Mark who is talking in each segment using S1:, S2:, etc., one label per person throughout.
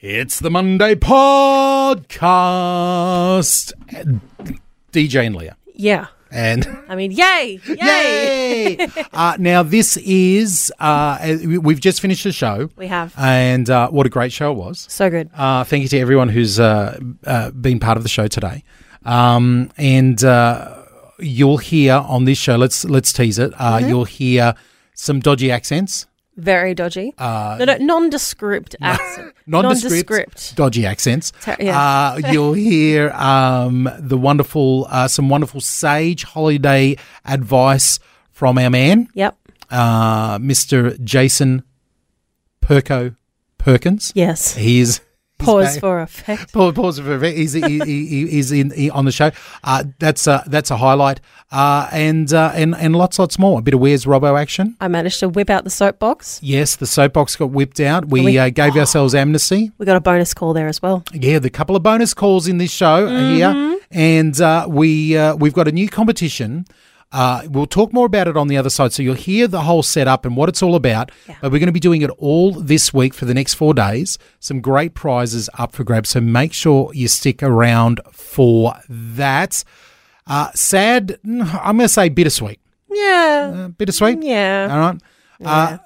S1: It's the Monday podcast. DJ and Leah.
S2: Yeah.
S1: And
S2: I mean, yay! Yay!
S1: yay! uh, now, this is, uh, we've just finished the show.
S2: We have.
S1: And uh, what a great show it was.
S2: So good.
S1: Uh, thank you to everyone who's uh, uh, been part of the show today. Um, and uh, you'll hear on this show, let's, let's tease it, uh,
S2: Mm-hmm.
S1: you'll hear some dodgy accents.
S2: Very dodgy.
S1: Uh,
S2: no, no, nondescript accent.
S1: dodgy accents.
S2: Ter- yeah.
S1: Uh, you'll hear um, the wonderful, uh, some wonderful sage holiday advice from our man,
S2: Yep.
S1: uh, Mr. Jason Perko Perkins.
S2: Yes.
S1: He is. he's
S2: Pause
S1: back.
S2: for effect.
S1: Pause, pause for a bit. He's, he, he, he- he's in, he- on the show. Uh, that's a that's a highlight, uh, and uh, and and lots lots more. A bit of where's Robbo action.
S2: I managed to whip out the soapbox.
S1: Yes, the soapbox got whipped out. We,
S2: We-
S1: uh, gave ourselves amnesty.
S2: We got a bonus call there as well.
S1: Yeah, the couple of bonus calls in this show here, and uh, we uh, we've got a new competition. Uh, we'll talk more about it on the other side, so you'll hear the whole setup and what it's all about. But we're going to be doing it all this week for the next four days. Some great prizes up for grabs, so make sure you stick around for that. Uh, sad, mm, I'm going to say bittersweet.
S2: Yeah.
S1: Uh, bittersweet.
S2: Yeah.
S1: All right. Uh,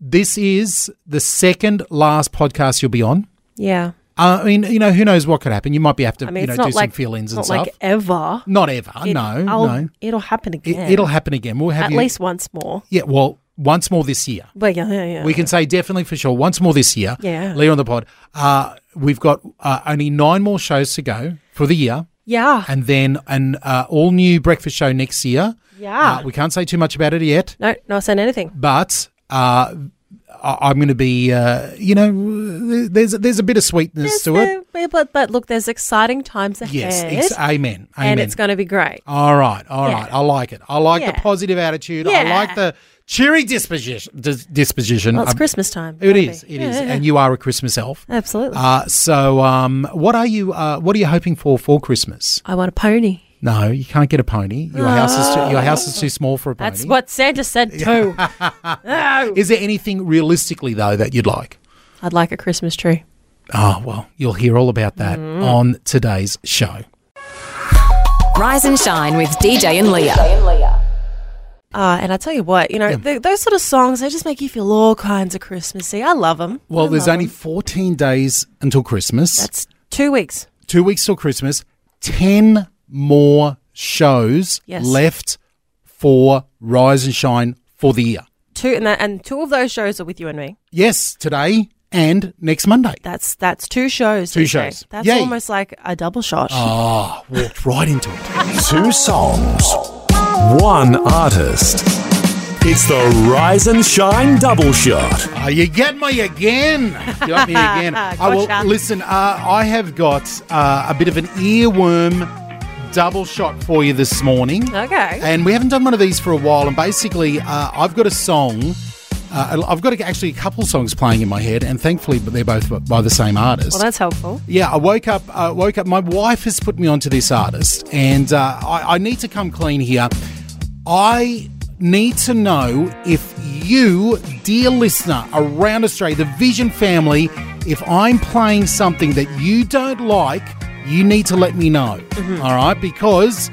S1: this is the second last podcast you'll be on.
S2: Yeah.
S1: Uh, I mean, you know, who knows what could happen? You might be have to,
S2: I mean,
S1: you
S2: it's
S1: know, do
S2: not
S1: some
S2: like
S1: fill-ins and
S2: not
S1: stuff.
S2: like ever.
S1: not ever.
S2: It-
S1: no,
S2: I'll-
S1: no.
S2: It'll happen
S1: It,
S2: again.
S1: It'll happen again. We'll have
S2: at
S1: you-
S2: least once more.
S1: Yeah. Well, once more this year.
S2: But yeah, yeah, yeah.
S1: We can say definitely for sure once more this year.
S2: Yeah.
S1: Later on the pod, uh, we've got uh, only nine more shows to go for the year,
S2: yeah.
S1: and then an uh, all new breakfast show next year.
S2: Yeah.
S1: Uh, we can't say too much about it yet,
S2: Ah. no, no, I said anything.
S1: but. Uh, I- I'm going to be, uh, you know, there's there's a bit of sweetness to it.
S2: But, but, but look, there's exciting times ahead.
S1: Yes, ex- amen, amen.
S2: and it's going to be great.
S1: All right, all right.
S2: Yeah.
S1: I like it. I like the
S2: Yeah.
S1: positive attitude. I
S2: Yeah.
S1: like the cheery disposition. Dis- disposition.
S2: Well, it's
S1: Um,
S2: Christmas time.
S1: It
S2: Gotta
S1: is.
S2: be.
S1: It
S2: Yeah,
S1: is.
S2: yeah, yeah.
S1: And you are a Christmas elf.
S2: Absolutely.
S1: Uh, so, um, what are you? Uh, what are you hoping for for Christmas?
S2: I want a pony. Oh.
S1: No, you can't get a pony. Your house is too, your house is too small for a pony.
S2: That's what Santa said too. No.
S1: Is there anything realistically though that you'd like?
S2: I'd like a Christmas tree.
S1: Oh well, you'll hear all about that
S2: Mm-hmm.
S1: on today's show.
S3: Rise and shine with DJ and Leah.
S2: Uh, and I tell you what, you know, th those sort of songs, they just make you feel all kinds of Christmassy. I love them.
S1: Well, there's only 14 days until Christmas.
S2: That's two weeks.
S1: two weeks till Christmas, 10 more shows
S2: Yes.
S1: left for Rise and Shine for the year.
S2: Two and that, and two of those shows are with you and me.
S1: Yes, today and next Monday.
S2: That's that's two shows.
S1: Two
S2: DJ.
S1: shows.
S2: That's
S1: Yay.
S2: almost like a double shot.
S1: Ah, walked right into it.
S4: Two songs, one artist. It's the Rise and Shine double shot.
S1: Ah, you get me again. You got me again. I will
S2: Gotcha.
S1: listen. Uh, I have got uh, a bit of an earworm double shot for you this morning.
S2: Okay.
S1: And we haven't done one of these for a while. And basically, uh, I've got a song. Uh, I've got actually a couple songs playing in my head, and thankfully, but they're both by the same artist.
S2: well, that's helpful.
S1: yeah, I woke up. I woke up. My wife has put me onto this artist, and uh, I, I need to come clean here. I need to know if you, dear listener around Australia, the Vision family, if I'm playing something that you don't like, you need to let me know. All right, because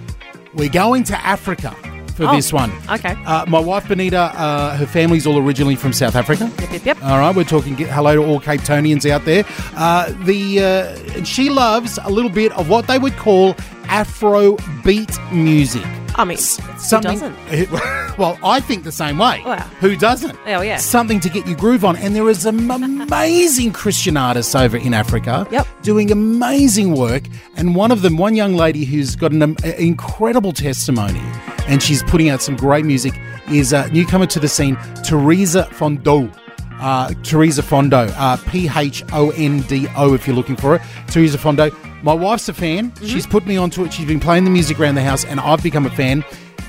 S1: we're going to Africa for
S2: Oh,
S1: this one.
S2: okay.
S1: Uh, my wife Benita, uh, her family's all originally from South Africa.
S2: Yep, yep, yep.
S1: All right, we're talking get, hello to all Cape Tonians out there. Uh, the uh, and she loves a little bit of what they would call Afro beat music.
S2: I mean,
S1: S-
S2: who doesn't?
S1: well, I think the same way.
S2: Wow.
S1: Who doesn't?
S2: Oh, yeah.
S1: Something to get your groove on, and there is some amazing Christian artists over in Africa
S2: Yep.
S1: doing amazing work. And one of them, one young lady who's got an um, incredible testimony, and she's putting out some great music, is uh, newcomer to the scene, Teresa Fondo. Uh, Teresa Fondo, uh, P H O N D O, if you're looking for it. Teresa Fondo. My wife's a fan.
S2: Mm-hmm.
S1: She's put me onto it. She's been playing the music around the house, and I've become a fan.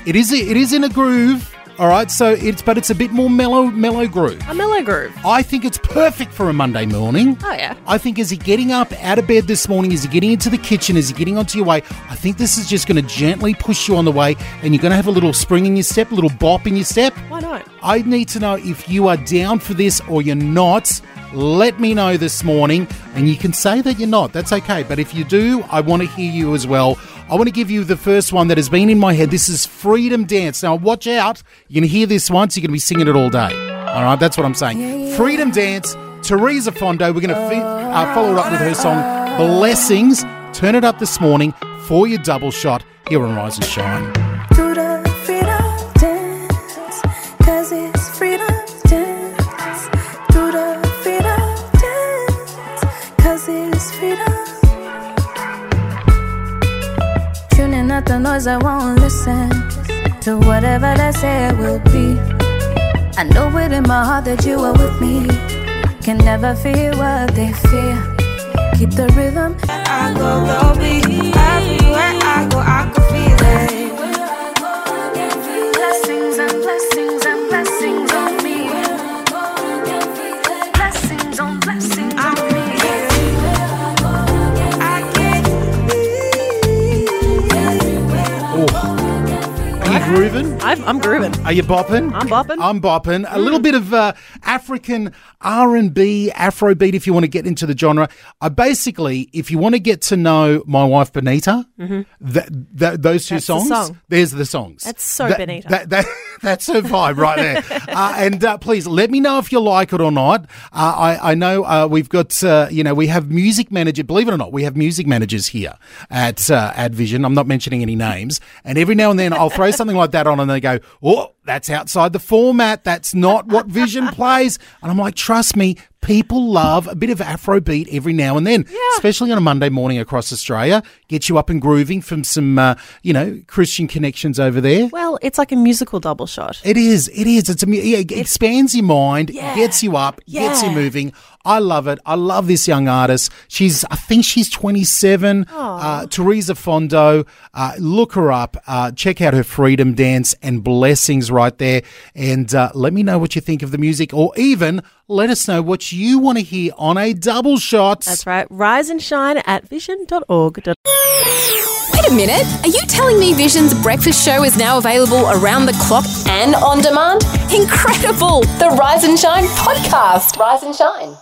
S1: It is it is in a groove, all right. So it's but it's a bit more mellow mellow groove.
S2: A mellow groove.
S1: I think it's perfect for a Monday morning.
S2: Oh, yeah.
S1: I think is he getting up out of bed this morning? Is he getting into the kitchen? Is he getting onto your way? I think this is just going to gently push you on the way, and you're going to have a little spring in your step, a little bop in your step.
S2: Why not?
S1: I need to know if you are down for this or you're not. Let me know this morning, and you can say that you're not. That's okay. But if you do, I want to hear you as well. I want to give you the first one that has been in my head. This is Freedom Dance. Now, watch out. You're going to hear this once, you're going to be singing it all day. All right, that's what I'm saying. Freedom Dance, Teresa Fondo. We're going to fi- uh, follow it up with her song Blessings. Turn it up this morning for your double shot here on Rise and Shine.
S5: Do the freedom dance, 'cause it's freedom dance. Do the freedom dance, 'cause it's freedom. Tuning out the noise, I won't listen to whatever they say it will be. I know it in my heart that you are with me. Can never fear what they fear. Keep the rhythm.
S6: I go low B. Everywhere I go, I can feel it.
S5: Blessings and blessings and blessings on me. Blessings on blessings on me.
S6: I can't
S1: Oh. Are you grooving?
S2: I'm, I'm grooving.
S1: Are you bopping?
S2: I'm bopping. Mm.
S1: I'm bopping. A little bit of uh, African R&B, Afrobeat, if you want to get into the genre. I basically, if you want to get to know my wife Benita,
S2: Mm-hmm.
S1: that, that those two
S2: Mm. That's the
S1: songs,
S2: song.
S1: there's the songs.
S2: That's so
S1: That-
S2: Benita.
S1: that- that- that's her vibe right there. Uh, and uh, please let me know if you like it or not. Uh, I, I know uh, we've got, uh, you know, we have music manager. Believe it or not, we have music managers here at uh, AdVision. I'm not mentioning any names. And every now and then I'll throw something like that on and they go, oh, that's outside the format. That's not what Vision plays. And I'm like, trust me, people love a bit of Afrobeat every now and then, especially on a Monday morning across Australia. Get you up and grooving from some, uh, you know, Christian connections over there.
S2: Well, it's like a musical double shot.
S1: It is. It is. It's a, mu- yeah, it expands your mind,
S2: Yeah.
S1: gets you up, gets you
S2: Yeah.
S1: moving. I love it. I love this young artist. She's, I think she's 27. Uh, Teresa Fondo. Uh, look her up. Uh, check out her Freedom Dance and Blessings right there. And uh, let me know what you think of the music or even let us know what you want to hear on a double shot.
S2: That's right. Rise and shine at vision.org.
S3: Wait a minute. Are you telling me Vision's breakfast show is now available around the clock and on demand? Incredible! The Rise and Shine podcast. Rise and Shine.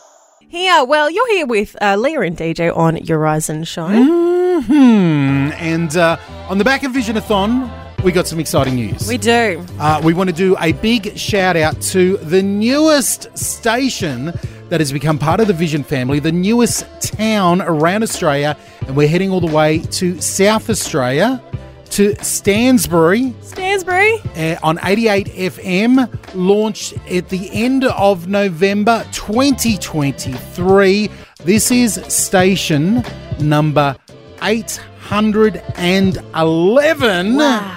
S2: Here, well, you're here with uh, Leah and DJ on Your Rise and Shine.
S1: Mm. Hmm. And uh, on the back of Visionathon, we got some exciting news.
S2: We do.
S1: Uh, we want to do a big shout out to the newest station that has become part of the Vision family, the newest town around Australia, and we're heading all the way to South Australia to Stansbury
S2: Stansbury.
S1: uh, on 88 FM, launched at the end of November 2023. This is station number 811.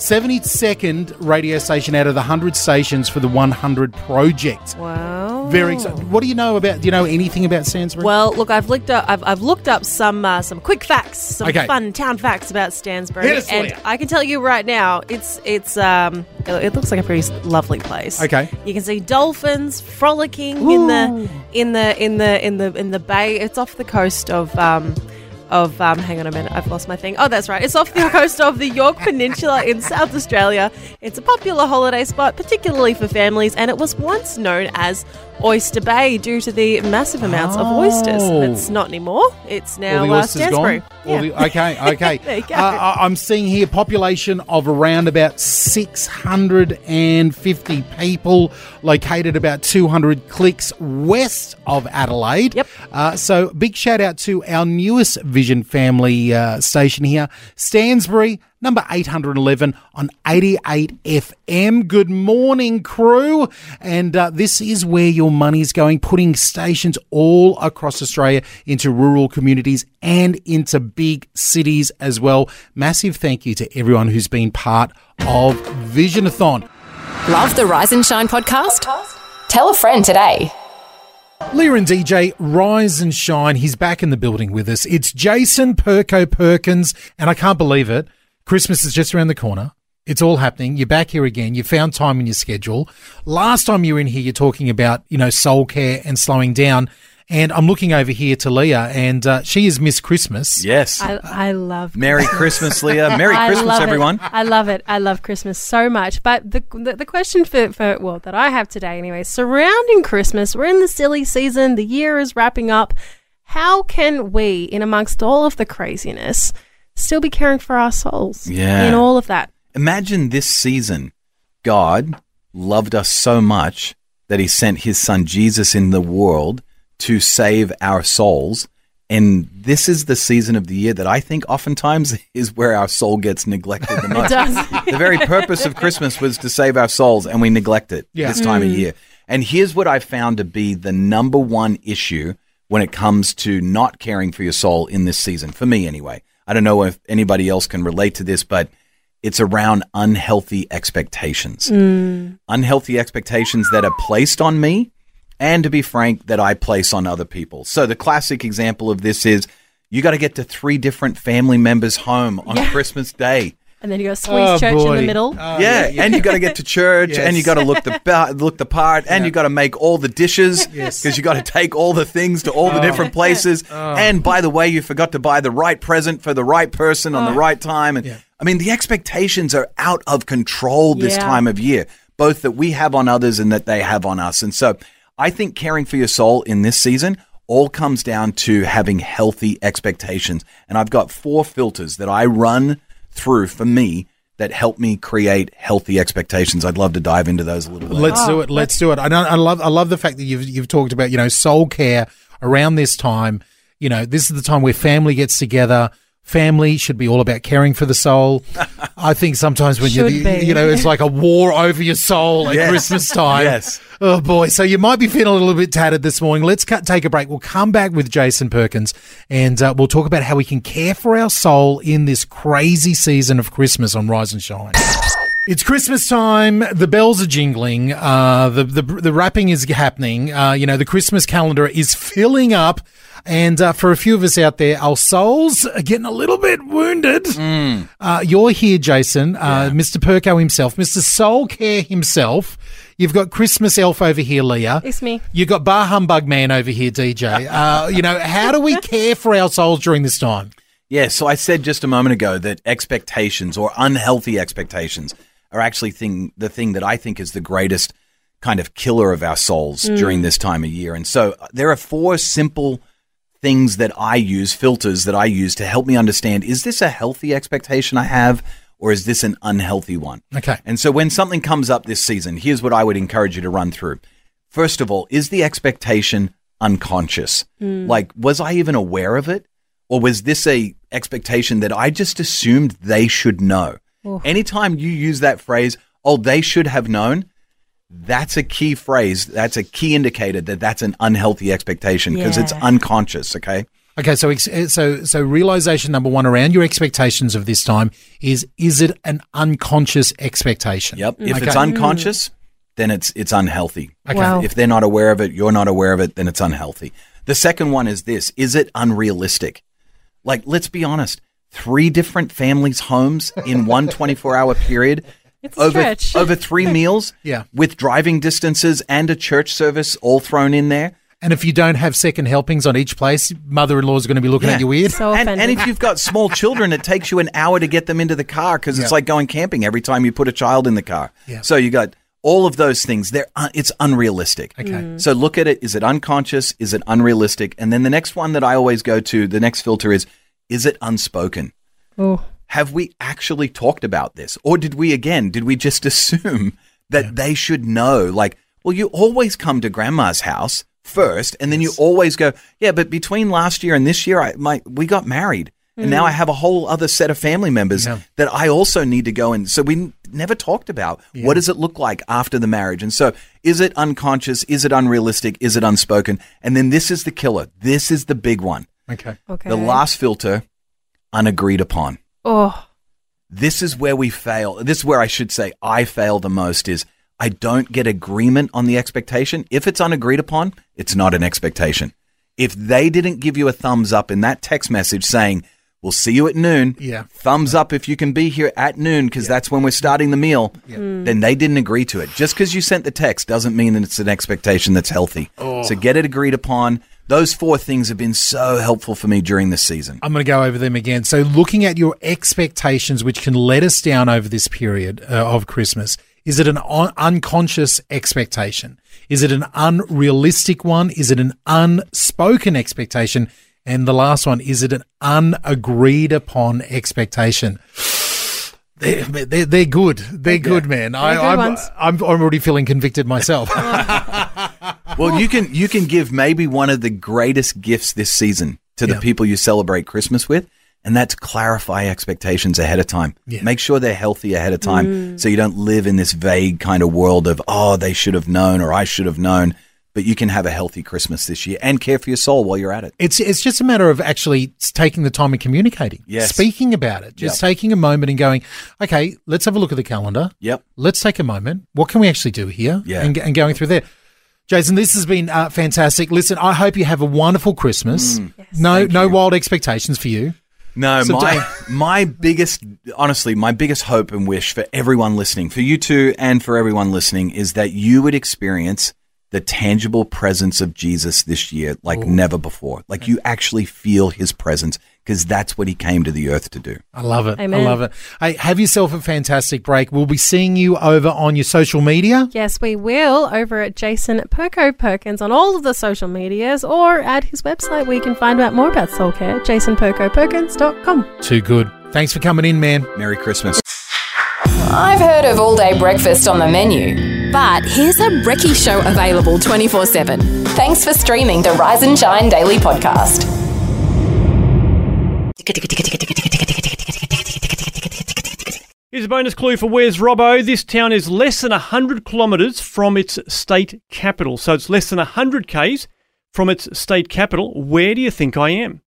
S1: 72nd radio station out of the 100 stations for the 100 project.
S2: Wow.
S1: Very exciting. What do you know about? Do you know anything about Sandsbury?
S2: Well, look, I've looked up. I've, I've looked up some uh, some quick facts, some
S1: Okay.
S2: fun town facts about
S1: Hit
S2: Stansbury,
S1: us,
S2: and
S1: Leah.
S2: I can tell you right now, it's it's um, it, it looks like a pretty s- lovely place.
S1: Okay.
S2: you can see dolphins frolicking in the in the in the in the in the bay. It's off the coast of. Um, of um, hang on a minute, I've lost my thing. Oh, that's right. It's off the coast of the York Peninsula in South Australia. It's a popular holiday spot, particularly for families, and it was once known as Oyster Bay due to the massive amounts of oysters.
S1: Oh.
S2: It's not anymore. It's now
S1: All the
S2: uh,
S1: oysters
S2: Stansbury.
S1: gone. All
S2: Yeah.
S1: the- okay, okay.
S2: There you go.
S1: Uh, I- I'm seeing here population of around about 650 people, located about 200 clicks west of Adelaide.
S2: Yep.
S1: Uh, so big shout out to our newest Vision family uh, station here, Stansbury. Number 811 on 88 FM. Good morning, crew. And uh, this is where your money's going, putting stations all across Australia into rural communities and into big cities as well. Massive thank you to everyone who's been part of Visionathon.
S3: Love the Rise and Shine podcast? Tell a friend today.
S1: Lear and DJ, rise and shine. He's back in the building with us. It's Jason Perko Perkins, and I can't believe it. Christmas is just around the corner. It's all happening. You're back here again. You found time in your schedule. Last time you were in here, you're talking about, you know, soul care and slowing down. And I'm looking over here to Leah, and uh, she is Miss Christmas.
S7: Yes.
S8: I, I love
S7: Merry Christmas, Leah. Merry
S8: I
S7: Christmas,
S8: love
S7: everyone.
S8: It. I love it. I love Christmas so much. But the, the, the question for, for, well, that I have today anyway, surrounding Christmas, we're in the silly season, the year is wrapping up. How can we, in amongst all of the craziness, still be caring for our souls?
S7: Yeah.
S8: In all of that.
S7: Imagine this season. God loved us so much that he sent his son Jesus in the world to save our souls. And this is the season of the year that I think oftentimes is where our soul gets neglected the most.
S8: does.
S7: the very purpose of Christmas was to save our souls, and we neglect it
S1: Yeah.
S7: this time of year. And here's what I've found to be the number one issue when it comes to not caring for your soul in this season, for me anyway. I don't know if anybody else can relate to this, but it's around unhealthy expectations. Mm. Unhealthy expectations that are placed on me, and to be frank, that I place on other people. So the classic example of this is you got to get to three different family members' home on Christmas Day
S8: And then you got squeeze church in
S1: boy.
S8: the middle.
S1: Oh,
S7: Oh, yeah, and you got to get to church, and you
S1: Yes.
S7: got to look the ba- look the part, and you got to make all the dishes because you got to take all the things to all the different places. And by the way, you forgot to buy the right present for the right person on the
S8: Oh.
S7: right time. And I mean, the expectations are out of control this
S8: Yeah.
S7: time of year, both that we have on others and that they have on us. And so, I think caring for your soul in this season. All comes down to having healthy expectations. And I've got four filters that I run through for me that help me create healthy expectations. I'd love to dive into those a little bit.
S1: Let's
S8: Oh,
S1: do it. Let's do it. I, know, I love. I love the fact that you've you've talked about you know soul care around this time. You know, this is the time where family gets together. Family should be all about caring for the soul. I think sometimes when you
S8: Should be.
S1: you know it's like a war over your soul at
S7: Yes.
S1: Christmas time.
S7: Yes.
S1: Oh boy. So you might be feeling a little bit tattered this morning. Let's cut, take a break. We'll come back with Jason Perkins and uh, we'll talk about how we can care for our soul in this crazy season of Christmas on Rise and Shine. It's Christmas time. The bells are jingling. Uh, the, the the wrapping is happening. Uh, you know, the Christmas calendar is filling up, and uh, for a few of us out there, our souls are getting a little bit wounded. Uh, you're here, Jason, uh, Mr. Perko himself, Mr. Soul Care himself. You've got Christmas Elf over here, Leah.
S8: It's me.
S1: You've got Bar Humbug Man over here, DJ. Uh, you know, how do we care for our souls during this time?
S7: Yeah, so I said just a moment ago that expectations or unhealthy expectations are actually thing the thing that I think is the greatest kind of killer of our souls during this time of year. And so uh, there are four simple things that I use, filters that I use to help me understand is this a healthy expectation I have or is this an unhealthy one?
S1: Okay.
S7: And so when something comes up this season, here's what I would encourage you to run through. First of all, is the expectation unconscious? Like, was I even aware of it? Or was this a expectation that I just assumed they should know? Anytime you use that phrase, oh, they should have known, that's a key phrase. That's a key indicator that that's an unhealthy expectation because it's
S8: Yeah.
S7: unconscious. Okay.
S1: Okay, so ex- eh, so so realization number one around your expectations of this time is is it an unconscious expectation?
S7: Yep. If
S1: okay. Mm.
S7: it's unconscious, then it's it's unhealthy.
S1: Okay.
S8: Wow.
S7: If they're not aware of it, you're not aware of it, then it's unhealthy. The second one is this is it unrealistic? Like, let's be honest, three different families' homes in one 24 hour period.
S8: It's a
S7: over,
S8: stretch.
S7: over three meals,
S1: Yeah.
S7: with driving distances and a church service all thrown in there.
S1: and if you don't have second helpings on each place, mother-in-law is going to be looking at
S7: Yeah.
S1: you weird.
S8: So
S7: and,
S8: offended.
S7: and if you've got small children, it takes you an hour to get them into the car because it's
S1: Yeah.
S7: like going camping every time you put a child in the car.
S1: Yeah.
S7: So you got all of those things. They're un- it's unrealistic.
S1: Okay.
S8: Mm-hmm.
S1: Mm.
S7: So look at it. Is it unconscious? Is it unrealistic? And then the next one that I always go to, the next filter is: is it unspoken?
S8: Oh.
S7: Have we actually talked about this, or did we again? Did we just assume that they should know? Like, well, you always come to grandma's house first, and then you always go, yeah. But between last year and this year, I my we got married, and now I have a whole other set of family members
S1: Yeah.
S7: that I also need to go and so we n- never talked about what does it look like after the marriage and so is it unconscious is it unrealistic is it unspoken and then this is the killer this is the big one
S1: Okay.
S8: Okay.
S7: the last filter unagreed upon
S8: Oh.
S7: this is where we fail this is where I should say I fail the most is I don't get agreement on the expectation, if it's unagreed upon, it's not an expectation. If they didn't give you a thumbs up in that text message saying, We'll see you at noon.
S1: Yeah.
S7: Thumbs up if you can be here at noon because that's when we're starting the meal. Then they didn't agree to it. Just because you sent the text doesn't mean that it's an expectation that's healthy. So get it agreed upon. Those four things have been so helpful for me during this season.
S1: I'm going to go over them again. So, looking at your expectations, which can let us down over this period uh, of Christmas, is it an un- unconscious expectation? Is it an unrealistic one? Is it an unspoken expectation? And the last one, is it an unagreed upon expectation? They're, they're, they're good. They're good, man. I,
S8: good
S1: I'm,
S8: ones.
S1: I'm, I'm already feeling convicted myself.
S7: Well, you can you can give maybe one of the greatest gifts this season to the
S1: Yeah.
S7: people you celebrate Christmas with, and that's clarify expectations ahead of time.
S1: Yeah.
S7: Make sure they're healthy ahead of time, so you don't live in this vague kind of world of oh they should have known or I should have known. But you can have a healthy Christmas this year and care for your soul while you're at it.
S1: It's it's just a matter of actually taking the time and communicating,
S7: Yes.
S1: speaking about it, just
S7: Yep.
S1: taking a moment and going, okay, let's have a look at the calendar.
S7: Yep.
S1: Let's take a moment. What can we actually do here?
S7: Yeah.
S1: And, and going through there. Jason, this has been uh, fantastic. Listen, I hope you have a wonderful Christmas. no, no wild expectations for you.
S7: Mm. No,
S1: So
S7: my my biggest, honestly, my biggest hope and wish for everyone listening, for you two, and for everyone listening, is that you would experience the tangible presence of Jesus this year like never before. Like you actually feel His presence because that's what He came to the earth to do.
S1: I love it. I
S8: Amen.
S1: love it. Hey, have yourself a fantastic break. We'll be seeing you over on your social media.
S8: Yes, we will over at Jason Perko Perkins on all of the social medias or at his website where you can find out more about soul care, jasonperkoperkins.com.
S1: Too good. Thanks for coming in, man.
S7: Merry Christmas.
S3: I've heard of all day breakfast on the menu, but here's a brekkie show available 24 7. Thanks for streaming the Rise and Shine Daily Podcast.
S9: Here's a bonus clue for Where's Robbo. This town is less than 100 kilometres from its state capital. So it's less than 100 Ks from its state capital. Where do you think I am?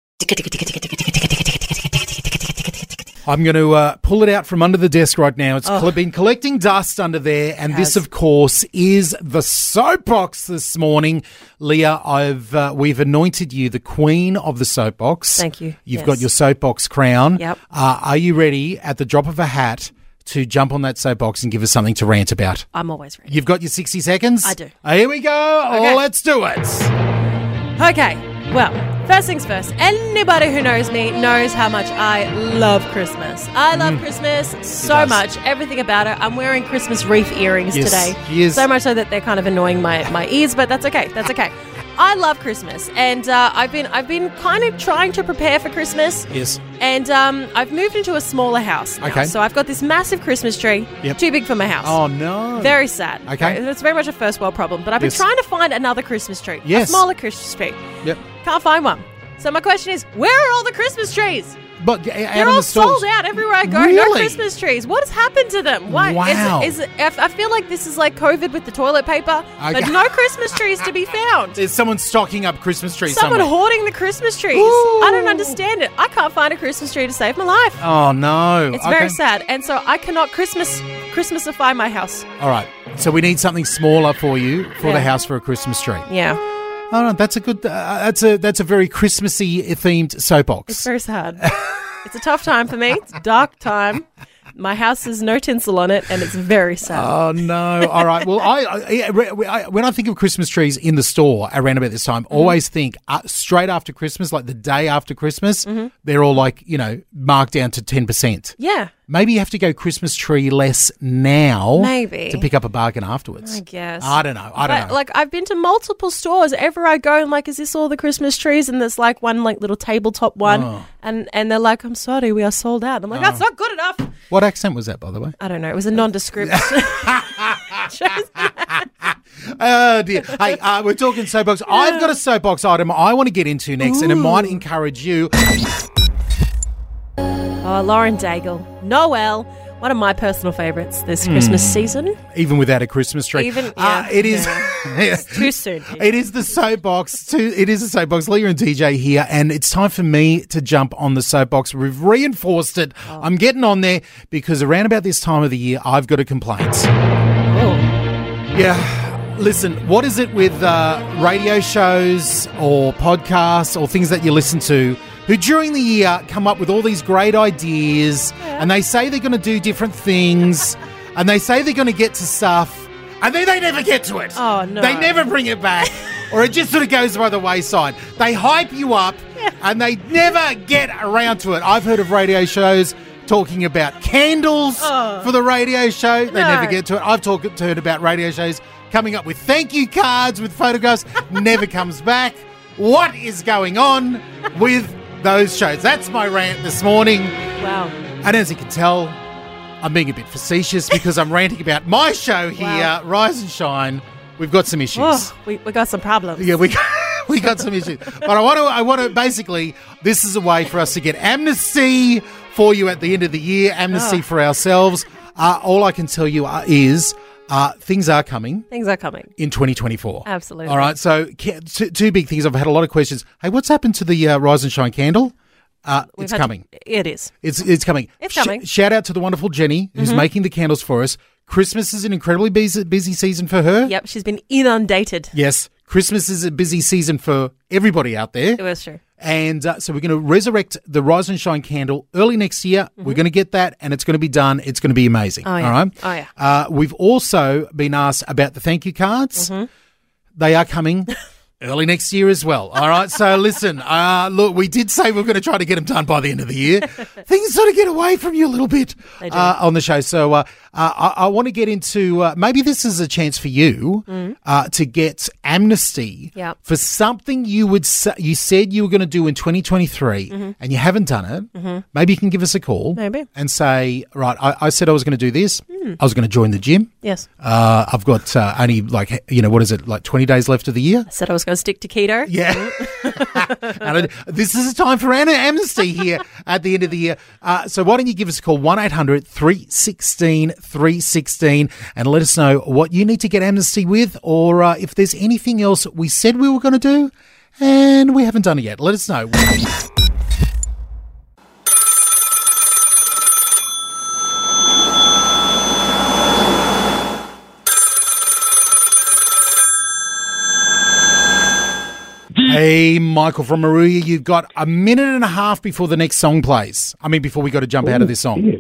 S1: I'm going to uh, pull it out from under the desk right now.
S2: Oh.
S1: It's cl- been collecting dust under there. And this, of course, is the soapbox this morning. Leah, I've, uh, we've anointed you the queen of the soapbox.
S2: Thank you.
S1: You've
S2: Yes.
S1: got your soapbox crown.
S2: Yep.
S1: Uh, are you ready at the drop of a hat to jump on that soapbox and give us something to rant about?
S2: I'm always ready.
S1: You've got your 60 seconds?
S2: I do.
S1: Uh, here we go.
S2: Okay.
S1: Let's do it.
S2: Okay, well, first things first. Anybody who knows me knows how much I love Christmas. I love Christmas so
S1: Mm. does.
S2: much. Everything about it. I'm wearing Christmas wreath earrings
S1: Yes,
S2: today.
S1: he is.
S2: So much so that they're kind of annoying my, my ears, but that's okay. That's okay. I love Christmas, and uh, I've been I've been kind of trying to prepare for Christmas.
S1: Yes.
S2: And um, I've moved into a smaller house. now.
S1: Okay.
S2: So I've got this massive Christmas tree.
S1: Yep.
S2: Too big for my house.
S1: Oh, no.
S2: Very sad.
S1: Okay.
S2: Very- It's very much a first world problem, but I've been
S1: Yes.
S2: trying to find another Christmas tree.
S1: Yes.
S2: A smaller Christmas tree.
S1: Yep.
S2: Can't find one. So my question is, where are all the Christmas trees?
S1: But uh, out
S2: They're
S1: on
S2: all
S1: the stalls.
S2: sold out everywhere I go. No
S1: Really?
S2: Christmas trees. What has happened to them? Why?
S1: Wow.
S2: Is it, is it, I feel like this is like COVID with the toilet paper, but
S1: Okay.
S2: no Christmas trees to be found.
S1: There's someone stocking up Christmas trees
S2: Someone
S1: somewhere.
S2: hoarding the Christmas trees. I don't
S1: Ooh.
S2: understand it. I can't find a Christmas tree to save my life.
S1: Oh no!
S2: It's
S1: Okay.
S2: very sad, and so I cannot Christmas Christmasify my house.
S1: All right, so we need something smaller for you for
S2: Yeah.
S1: the house for a Christmas tree.
S2: Yeah,
S1: Oh no, that's a good. Uh, that's a that's a very Christmassy themed
S2: it's
S1: soapbox.
S2: very sad. it's a tough time for me. It's a dark time. My house has no tinsel on it, and it's very sad.
S1: Oh no! All right. Well, I, I- I- I- when I think of Christmas trees in the store around about this
S2: Mm-hmm.
S1: time, always think uh, straight after Christmas, like the day after Christmas, they're all like you know marked down to ten percent.
S2: Mm-hmm. yeah,
S1: Maybe you have to go Christmas tree less now,
S2: Maybe.
S1: to pick up a bargain afterwards.
S2: I guess.
S1: I don't know. I don't
S2: But,
S1: know.
S2: Like I've been to multiple stores. Everywhere I go, I'm like, "Is this all the Christmas trees?" And there's like one like little tabletop one,
S1: Oh.
S2: and and they're like, "I'm sorry, we are sold out." I'm like, "That's not good enough."
S1: what accent was that, by the way?
S2: I don't know. It was a nondescript.
S1: Oh dear. Hey, uh, we're talking soapbox. I've got a soapbox item I want to get into next, and it might encourage you.
S2: oh, Lauren Daigle, Noel, one of my personal favorites this Christmas season.
S1: Even without a Christmas tree,
S2: Even-
S1: uh,
S2: yeah,
S1: Hmm. it is.
S2: Too soon.
S1: It is the soapbox. To, it is the soapbox. Leah and DJ here, and it's time for me to jump on the soapbox. We've reinforced it.
S2: Oh.
S1: I'm getting on there because around about this time of the year, I've got a complaint.
S2: Oh.
S1: Yeah. Listen, what is it with uh, radio shows or podcasts or things that you listen to who during the year come up with all these great ideas and they say they're going to do different things and they say they're going to get to stuff and then they never get to it?
S2: Oh, no.
S1: They never bring it back or it just sort of goes by the wayside. They hype you up and they never get around to it. I've heard of radio shows. Talking about candles
S2: Oh.
S1: for the radio show. They
S2: No.
S1: never get to it. I've talked to it about radio shows coming up with thank you cards with photographs, never comes back. What is going on with those shows? That's my rant this morning.
S2: Wow.
S1: And as you can tell, I'm being a bit facetious because I'm ranting about my show here,
S2: Wow.
S1: Rise and Shine. We've got some issues.
S2: Oh, we, we got some problems.
S1: Yeah, we got, we got some issues. But I want to I want to basically this is a way for us to get amnesty for you at the end of the year, amnesty
S2: Oh.
S1: for ourselves. Uh, all I can tell you uh, is uh, things are coming
S2: Things are coming.
S1: in 2024.
S2: Absolutely.
S1: All right. So ca- two, two big things. I've had a lot of questions. Hey, what's happened to the uh, Rise and Shine candle? Uh,
S2: We've
S1: it's
S2: had to-
S1: coming.
S2: it is.
S1: It's it's coming.
S2: It's coming.
S1: shout out to the wonderful Jenny who's
S2: Mhm.
S1: making the candles for us. Christmas is an incredibly busy, busy season for her.
S2: Yep, she's been inundated.
S1: Yes, Christmas is a busy season for everybody out there.
S2: It was true.
S1: And uh, so we're going to resurrect the Rise and Shine candle early next year. We're going to get that and it's going to be done. It's going to be amazing.
S2: Mm-hmm. Oh, yeah.
S1: All right.
S2: Oh, yeah.
S1: Uh, we've also been asked about the thank you cards.
S2: Mm-hmm.
S1: They are coming. Early next year as well. All right. So listen, uh, look, we did say we are going to try to get them done by the end of the year. Things sort of get away from you a little bit
S2: They do.
S1: uh, on the show. So uh, uh, I, I want to get into uh, maybe this is a chance for you
S2: Mm. Mm-hmm.
S1: uh, to get amnesty
S2: Yep.
S1: for something you would sa- you said you were going to do in 2023 and you haven't done it, maybe you can give us a call
S2: Mm-hmm. Maybe. Mm.
S1: and say, right, I, I said I was going to do this. I was going to join the gym.
S2: Yes.
S1: Uh, I've got uh, only like you know what is it like 20 days left of the year.
S2: I said I was going to stick to keto. Mm.
S1: Yeah. and it- this is a time for an amnesty here at the end of the year. Uh, so why don't you give us a call, 1 800 316 316, and let us know what you need to get amnesty with or uh, if there's anything else we said we were going to do and we haven't done it yet. Let us know. Hey, Michael from Maruya, you've got a minute and a half before the next song plays. I mean, before we got to jump out of this song.
S10: Yeah.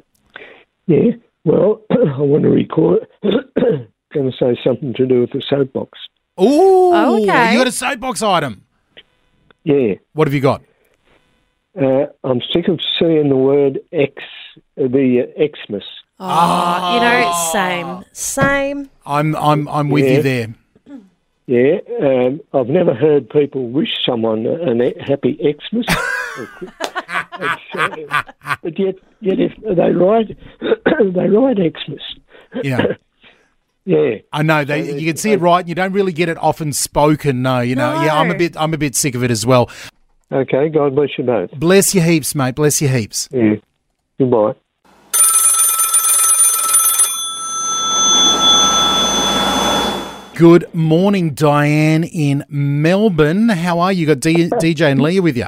S10: Yeah. Well, I want to record. going to say something to do with the soapbox.
S1: Oh,
S10: Okay.
S1: you got a soapbox item.
S10: Yeah.
S1: What have you got?
S10: Uh, I'm sick of seeing the word ex, the uh, Xmas.
S2: Oh, you know,
S1: Ah.
S2: same, same.
S1: I'm I'm I'm with
S10: Yeah.
S1: you there.
S10: Yeah, um, I've never heard people wish someone an e- happy Xmas. It's, uh, but yet, yet if they write, they write Xmas.
S1: Yeah.
S10: Yeah.
S1: I know they, you can see it right, and you don't really get it often spoken. No, you know. Yeah, I'm a
S10: No.
S1: bit, I'm a bit sick of it as well.
S10: Okay. God bless you both.
S1: Bless your heaps, mate. Bless your heaps.
S10: Yeah. Goodbye.
S1: Good morning, Diane in Melbourne. How are you? You Got D- DJ and Leah with you.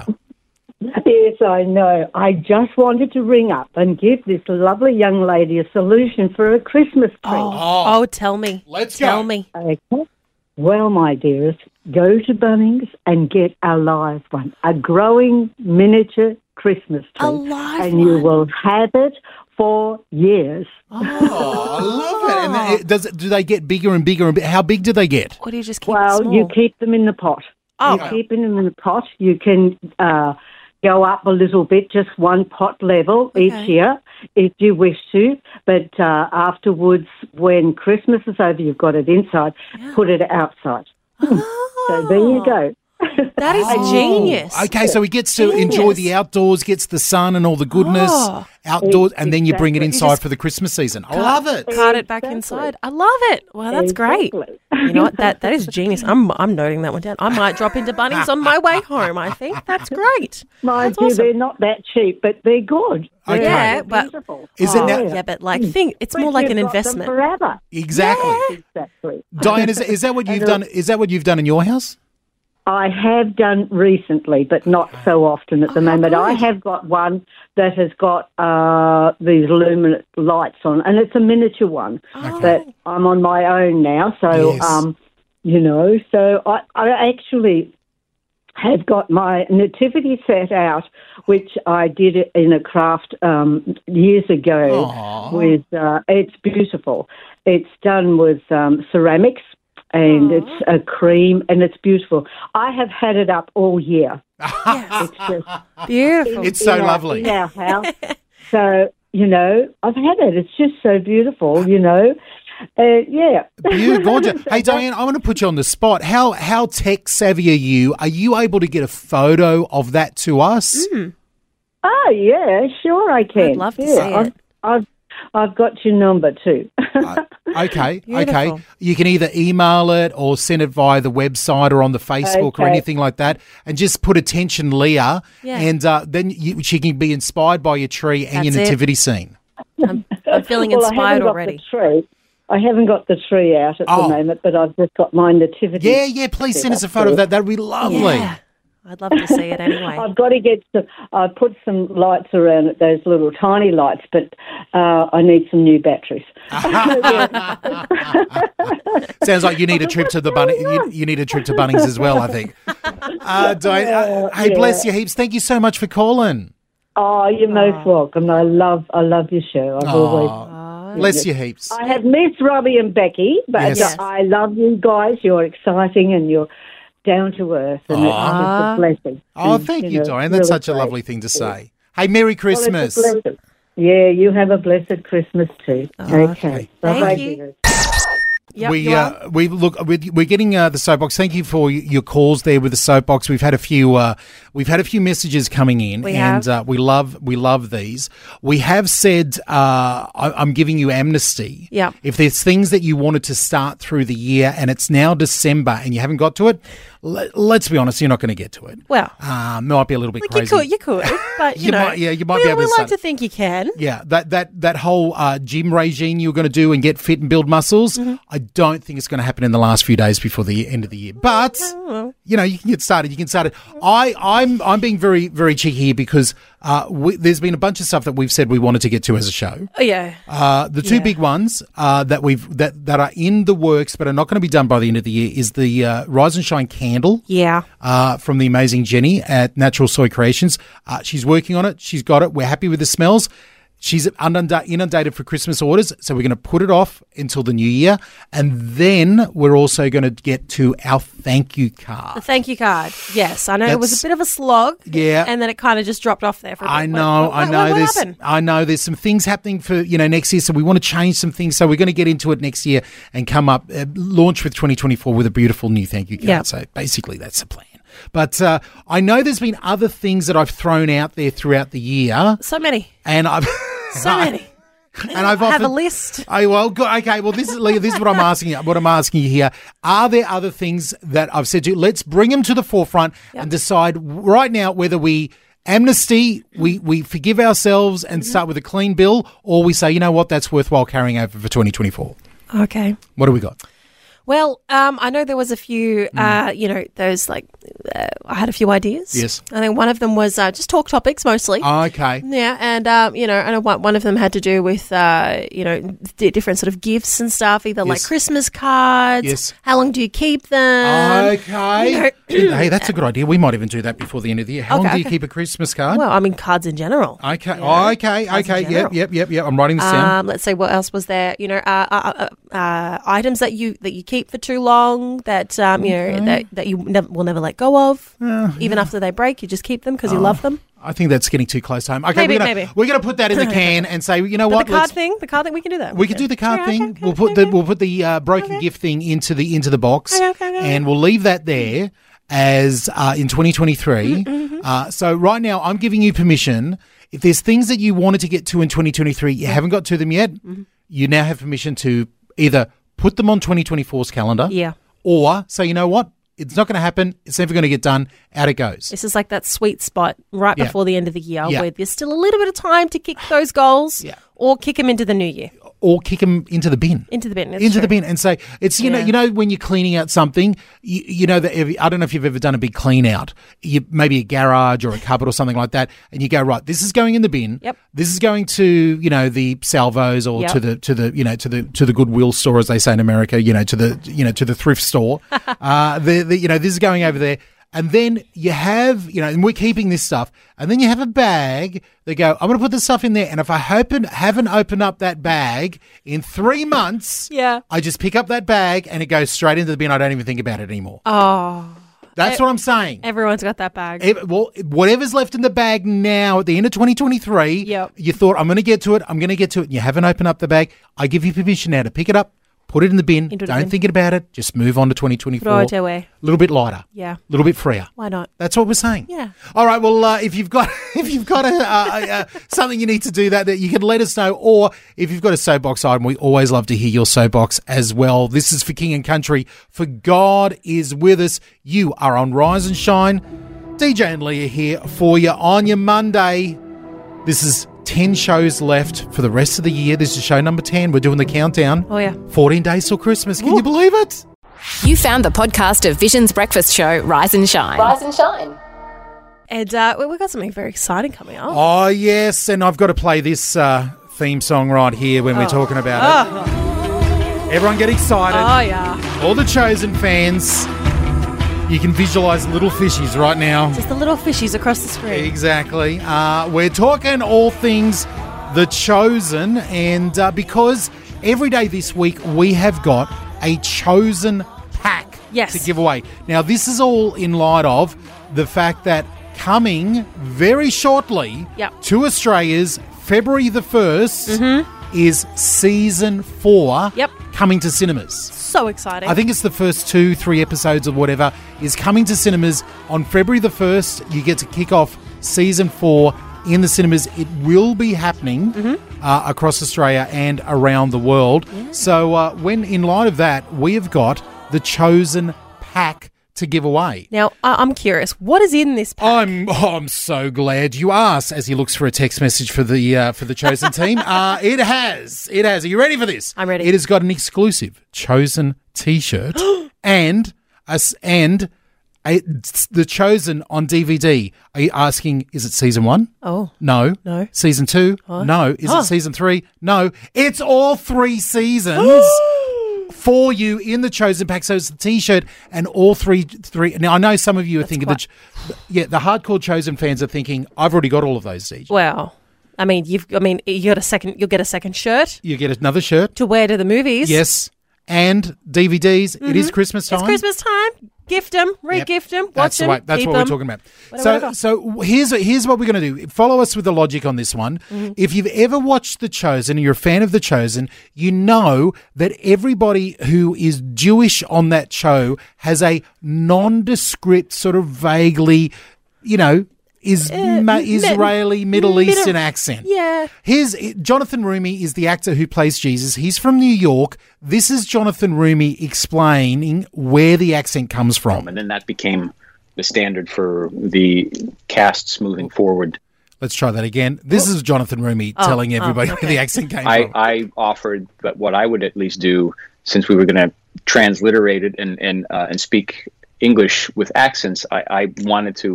S11: Yes, I know. I just wanted to ring up and give this lovely young lady a solution for a Christmas tree.
S1: Ah.
S2: Oh, oh, tell me. Let's tell me.
S11: Okay. Well, my dearest, go to Bunnings and get a live one, a growing miniature Christmas tree. A live And you will have it for years.
S1: Oh, I love it. And then it- does it, do they get bigger and bigger and big? How big do they get?
S2: What do you just keep
S11: well, you keep them in the pot.
S2: Oh.
S11: You keep them in the pot. You can uh, go up a little bit, just one pot level each year if you wish to. But uh, afterwards, when Christmas is over, you've got it inside, put it outside. so there you go.
S2: That is
S11: Oh.
S2: Oh. genius.
S1: Okay, so he gets to enjoy the outdoors, gets the sun and all the goodness
S2: Oh.
S1: outdoors, and then you bring it
S2: Exactly. You
S1: inside
S2: just-
S1: for the Christmas season. I
S2: Cart-
S1: love it.
S2: Cart it back inside. I love it. Wow, that's
S11: great.
S2: You know what? That that is genius. I'm I'm noting that one down. I might drop into Bunnings on my way home. I think that's great.
S11: Mind
S2: That's
S11: you,
S2: awesome.
S11: they're not that cheap, but they're good. They're
S1: Okay.
S2: Yeah,
S11: really
S2: but
S11: beautiful.
S1: Is it
S2: Oh,
S1: now-
S2: yeah, but like think it's more
S11: But
S2: like
S11: you've
S2: an
S11: got them
S2: investment.
S11: forever.
S1: Exactly.
S11: Exactly.
S1: Diane, is, is that what
S11: And
S1: you've
S11: they're-
S1: done? Is that what you've done in your house?
S11: I have done recently, but not so often
S12: Oh,
S11: at the moment. I have got one that has got uh, these luminous lights on, and it's a miniature one that I'm on my own now. So,
S12: Yes.
S11: um, you know, so I, I actually have got my nativity set out, which I did it in a craft um, years ago.
S1: Oh.
S12: Aw.
S11: With uh, it's beautiful. It's done with um, ceramics, and
S1: Oh.
S11: it's a cream, and it's beautiful. I have had it up all year. it's just
S2: Beautiful.
S1: It's so
S11: in our-
S1: lovely.
S11: in our house. so you know, I've had it. It's just so beautiful. You know, uh, yeah.
S1: You gorgeous. hey, Diane, I want to put you on the spot. How how tech savvy are you? Are you able to get a photo of that to us?
S11: Oh yeah, sure I can. I'd love
S1: Hmm. to
S11: yeah,
S1: see
S11: I've,
S1: it.
S11: I've I've got your number too.
S1: Okay,
S11: Beautiful.
S1: okay. You can either email it or send it via the website or on the Facebook or
S11: Okay.
S1: anything like that, and just put attention, Leah,
S8: Yeah.
S1: and uh, then you, she can be inspired by your tree and your
S11: That's it.
S1: nativity scene.
S8: I'm, I'm feeling
S11: Well, I
S8: inspired
S11: haven't got
S8: already.
S11: The tree. I haven't got the tree out at
S1: Oh.
S11: the moment, but I've just got my nativity.
S1: Yeah, yeah. Please
S11: set
S1: send us a
S11: up
S1: photo of
S11: there.
S1: that. That'd be lovely.
S11: Yeah.
S8: I'd love to see it anyway.
S11: I've got to get some. I put some lights around it, those little tiny lights, but uh, I need some new batteries.
S1: Sounds like you need a trip to the
S11: Oh,
S1: bunny. You, you need a trip to Bunnings as well. I think. Uh, Diane, uh, hey,
S11: yeah.
S1: bless you heaps. Thank you so much for calling.
S11: Oh, you're most welcome. I love, I love your show. I've
S1: Aw.
S11: always
S1: Bless you heaps.
S11: I have missed Robbie and Becky, but
S1: Yes. Yes.
S11: I love you guys. You're exciting and you're down to earth, and
S1: Aw.
S11: it's just a blessing.
S1: Ah. Oh,
S11: And,
S1: thank you,
S11: know,
S1: Diane. That's
S11: really
S1: such a lovely thing to say. Hey, Merry
S11: Well, it's a
S1: Christmas.
S11: blessing. yeah, you have a blessed Christmas too. okay. Bye-bye,
S12: Ah, Thank you.
S11: dearest.
S1: we uh, we look we- we're getting uh, the soapbox. Thank you for y- your calls there with the soapbox. We've had a few uh, we've had a few messages coming in,
S13: We
S1: and
S13: have.
S1: uh, we love we love these. We have said uh, I, I'm giving you amnesty.
S2: Yeah.
S1: If there's things that you wanted to start through the year and it's now December and you haven't got to it, l- let's be honest, you're not going to get to it.
S2: Well,
S1: Um, might be a little bit
S2: like you
S1: crazy.
S2: could, you could, but you,
S1: You
S2: know,
S1: might- yeah, you might
S2: we,
S1: be able
S2: we
S1: to
S2: like
S1: start-
S2: to think you can.
S1: Yeah, that that that whole uh, gym regime you were going to do and get fit and build muscles. I don't think it's going to happen in the last few days before the end of the year. But you know, you can get started. You can start it. I I'm I'm being very very cheeky here because uh, we, there's been a bunch of stuff that we've said we wanted to get to as a show.
S2: Oh, yeah.
S1: Uh, the two big ones uh, that we've that that are in the works but are not going to be done by the end of the year is the uh, Rise and Shine candle
S2: Yeah.
S1: uh, from the amazing Jenny at Natural Soy Creations. Uh, she's working on it. She's got it. We're happy with the smells. She's inunda- inundated for Christmas orders, so we're going to put it off until the new year, and then we're also going to get to our thank you card.
S2: The thank you card. Yes, I know it was
S1: Ah. That's-
S2: a bit of a slog.
S1: Yeah.
S2: and then it kind of just dropped off there for. A bit.
S1: I know, I know.
S2: what
S1: there's,
S2: happened?
S1: I know. There's some things happening for you know next year, so we want to change some things. So we're going to get into it next year and come up uh, launch with 2024 with a beautiful new thank you card.
S13: Yeah.
S1: So basically, that's the plan. But uh, I know there's been other things that I've thrown out there throughout the year,
S2: So many,
S1: and I've
S2: so many.
S1: and I've
S2: I have a
S1: often-
S2: list.
S1: I well, go- okay. Well, this is Leah, this is what I'm asking. you- What I'm asking you here: Are there other things that I've said to you? Let's bring them to the forefront and decide right now whether we amnesty, we we forgive ourselves
S2: Mm-hmm.
S1: and start with a clean bill, or we say, you know what, that's worthwhile carrying over for 2024.
S2: Okay.
S1: What do we got?
S2: Well, um, I know there was a few.
S1: Mm.
S2: Uh, you know, those like uh, I had a few ideas.
S1: Yes.
S2: I think one of them was uh, just talk topics mostly.
S1: Oh, Okay.
S2: Yeah, and um, you know, and one one of them had to do with uh, you know di different sort of gifts and stuff, either like
S1: Yes.
S2: Christmas cards.
S1: Yes.
S2: How long do you keep them?
S1: okay.
S2: You know-
S1: hey, that's a good idea. We might even do that before the end of the year. How
S2: Okay,
S1: long do you
S2: okay.
S1: keep a Christmas card?
S2: well, I mean, cards in general.
S1: okay.
S2: Yeah.
S1: okay.
S2: Cards in
S1: Okay. Yep.
S2: general.
S1: Yep. Yep. Yep. I'm writing this down.
S2: Um, let's see what else was there. You know, uh, uh, uh, uh, items that you that you keep for too long that um, you know
S1: Okay. Uh,
S2: that, that you never, will never let go of. Even after they break, you just keep them because you love them.
S1: Um, I think that's getting too close to home. Oh. Okay,
S2: Maybe,
S1: we're gonna
S2: maybe.
S1: we're gonna put that in the can and say, you know
S2: But
S1: what?
S2: the card
S1: let's-
S2: thing, the card thing, we can do that.
S1: we could do the card thing. we'll put the we'll put the uh, broken gift thing into the into the box, and we'll leave that there as uh, in
S2: Mm-hmm,
S1: 2023. Uh, so right now, I'm giving you permission. If there's things that you wanted to get to in 2023,
S2: Mm-hmm.
S1: you haven't got to them yet. You now have permission to either put them on 2024's calendar,
S2: Yeah.
S1: or say, you know what? It's not going to happen. It's never going to get done. Out it goes.
S2: This is like that sweet spot right
S1: Yeah.
S2: before the end of the year
S1: Yeah.
S2: where there's still a little bit of time to kick those goals or kick them into the new year.
S1: or kick them into the bin.
S2: Into the bin. that's
S1: into the
S2: true.
S1: bin and say it's you know
S2: Yeah.
S1: you know when you're cleaning out something you, you know that every, I don't know if you've ever done a big clean out you maybe a garage or a cupboard or something like that and you go right this is going in the bin
S2: Yep.
S1: this is going to you know the salvos or
S2: Yep.
S1: to the to the you know to the to the goodwill store as they say in America you know to the you know to the thrift store uh the, the you know this is going over there and then you have, you know, and we're keeping this stuff. And then you have a bag. They go, I'm going to put this stuff in there. And if I open, haven't opened up that bag in three months,
S2: Yeah.
S1: I just pick up that bag and it goes straight into the bin. I don't even think about it anymore.
S2: Oh.
S1: That's what I'm saying.
S2: Everyone's got that bag.
S1: Ev- well, whatever's left in the bag now at the end of 2023, you thought, I'm going to get to it, I'm going to get to it, and you haven't opened up the bag. I give you permission now to pick it up, put it in the bin,
S2: Into the
S1: don't
S2: bin.
S1: think about it, just move on to 2024.
S2: Throw it away.
S1: A little bit lighter,
S2: Yeah.
S1: a little bit freer.
S2: Why not?
S1: That's what we're saying.
S2: Yeah.
S1: All right. Well, uh, if you've got if you've got a, uh, uh, something you need to do that, that you can let us know, or if you've got a soapbox item, we always love to hear your soapbox as well. This is for King and Country. For God is with us. You are on Rise and Shine. DJ and Leah here for you on your Monday. This is ten shows left for the rest of the year. This is show number ten. We're doing the countdown.
S2: Oh yeah.
S1: Fourteen days till Christmas. Can you believe it?
S3: You found the podcast of Vision's breakfast show, Rise and Shine.
S2: Rise
S3: and Shine.
S2: And uh, we- we've got something very exciting coming up.
S1: Oh yes, and I've got to play this uh, theme song right here when we're talking about it.
S2: Oh,
S1: Everyone get excited.
S2: Oh, yeah.
S1: All the Chosen fans, you can visualize little fishies right now.
S2: just the little fishies across the screen.
S1: Exactly. Uh, we're talking all things The Chosen, and uh, because every day this week we have got a Chosen pack
S2: Yes.
S1: to give away. Now, this is all in light of the fact that coming very shortly
S2: Yep.
S1: to Australia's February the 1st is season four
S2: Yep.
S1: coming to cinemas.
S2: So exciting.
S1: I think it's the first two, three episodes or whatever is coming to cinemas on February the 1st. You get to kick off season four in the cinemas. It will be happening uh, across Australia and around the world. So, uh, when in light of that, we have got the chosen pack to give away.
S2: Now, I- I'm curious, what is in this pack?
S1: I'm oh, I'm so glad you asked. As he looks for a text message for the uh, for the chosen team, uh, it has it has. Are you ready for this? I'm ready. It has got an exclusive chosen T-shirt and us and a, the chosen on DVD. Are you asking? Is it season one?
S2: Oh.
S1: No.
S2: No.
S1: Season two?
S2: Huh?
S1: No. Is
S2: Huh.
S1: it season three? No. It's all three seasons for you in the chosen pack. So it's the T-shirt and all three. Three. Now I know some of you are thinking that, yeah, the hardcore chosen fans are thinking, I've already got all of those. DJ.
S2: Well, I mean, you've I mean, you got a second you'll get a second shirt
S1: You get another shirt.
S2: to wear to the movies.
S1: Yes. And DVDs. It is
S2: Mhm.
S1: Christmas time.
S2: It's Christmas time. Gift them, re-gift them, watch
S1: That's the
S2: them.
S1: way, that's
S2: keep
S1: what we're
S2: 'em.
S1: talking about.
S2: Whatever,
S1: So,
S2: whatever.
S1: so here's here's what we're going to do. Follow us with the logic on this one.
S2: Mhm.
S1: If you've ever watched The Chosen, and you're a fan of The Chosen, you know that everybody who is Jewish on that show has a nondescript, sort of vaguely, you know, is ma-
S2: mi-
S1: Israeli, Middle
S2: Uh, middle-
S1: Eastern accent.
S2: Yeah.
S1: Here's Jonathan Rumi is the actor who plays Jesus. He's from New York. This is Jonathan Rumi explaining where the accent comes from.
S12: and then that became the standard for the casts moving forward.
S1: Let's try that again. This is Jonathan Rumi
S12: Oh,
S1: telling
S12: oh,
S1: everybody
S12: okay.
S1: where the accent came
S12: I,
S1: from.
S12: I offered that what I would at least do, since we were going to transliterate it and and uh, and speak English with accents, I, I wanted to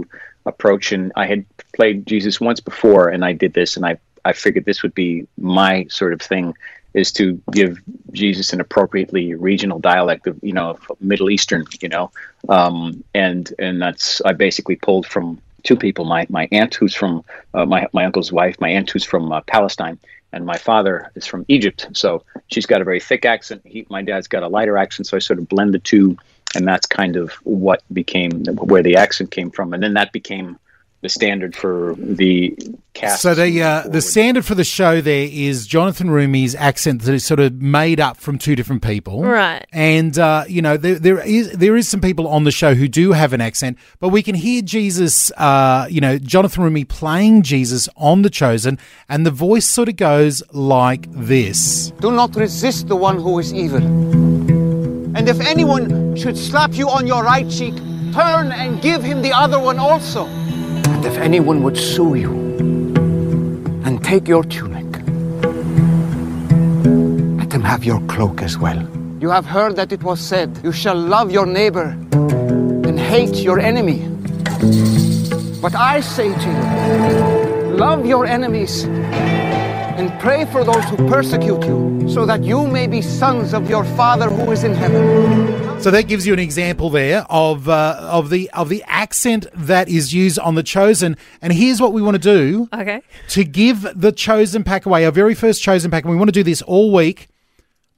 S12: approach and I had played Jesus once before, and I did this, and I I figured this would be my sort of thing is to give Jesus an appropriately regional dialect of you know of Middle Eastern, you know, um, and and that's I basically pulled from two people my my aunt who's from uh, my my uncle's wife, my aunt who's from uh, Palestine, and my father is from Egypt, so she's got a very thick accent. He, my dad's got a lighter accent, so I sort of blend the two, and that's kind of what became where the accent came from, and then that became the standard for the cast.
S1: So the uh, the standard for the show there is Jonathan Rumi's accent that is sort of made up from two different people,
S2: Right.
S1: And uh, you know there there is there is some people on the show who do have an accent, but we can hear Jesus, uh, you know, Jonathan Rumi playing Jesus on The Chosen, and the voice sort of goes like this.
S13: Do not resist the one who is evil. And if anyone should slap you on your right cheek, turn and give him the other one also. And if anyone would sue you and take your tunic, him have your cloak as well. You have heard that it was said, You shall love your neighbor and hate your enemy. But I say to you, love your enemies and pray for those who persecute you, so that you may be sons of your Father who is in heaven.
S1: So that gives you an example there of uh, of the of the accent that is used on the chosen. And here's what we want to do.
S2: Okay.
S1: To give the chosen pack away, our very first chosen pack, and we want to do this all week.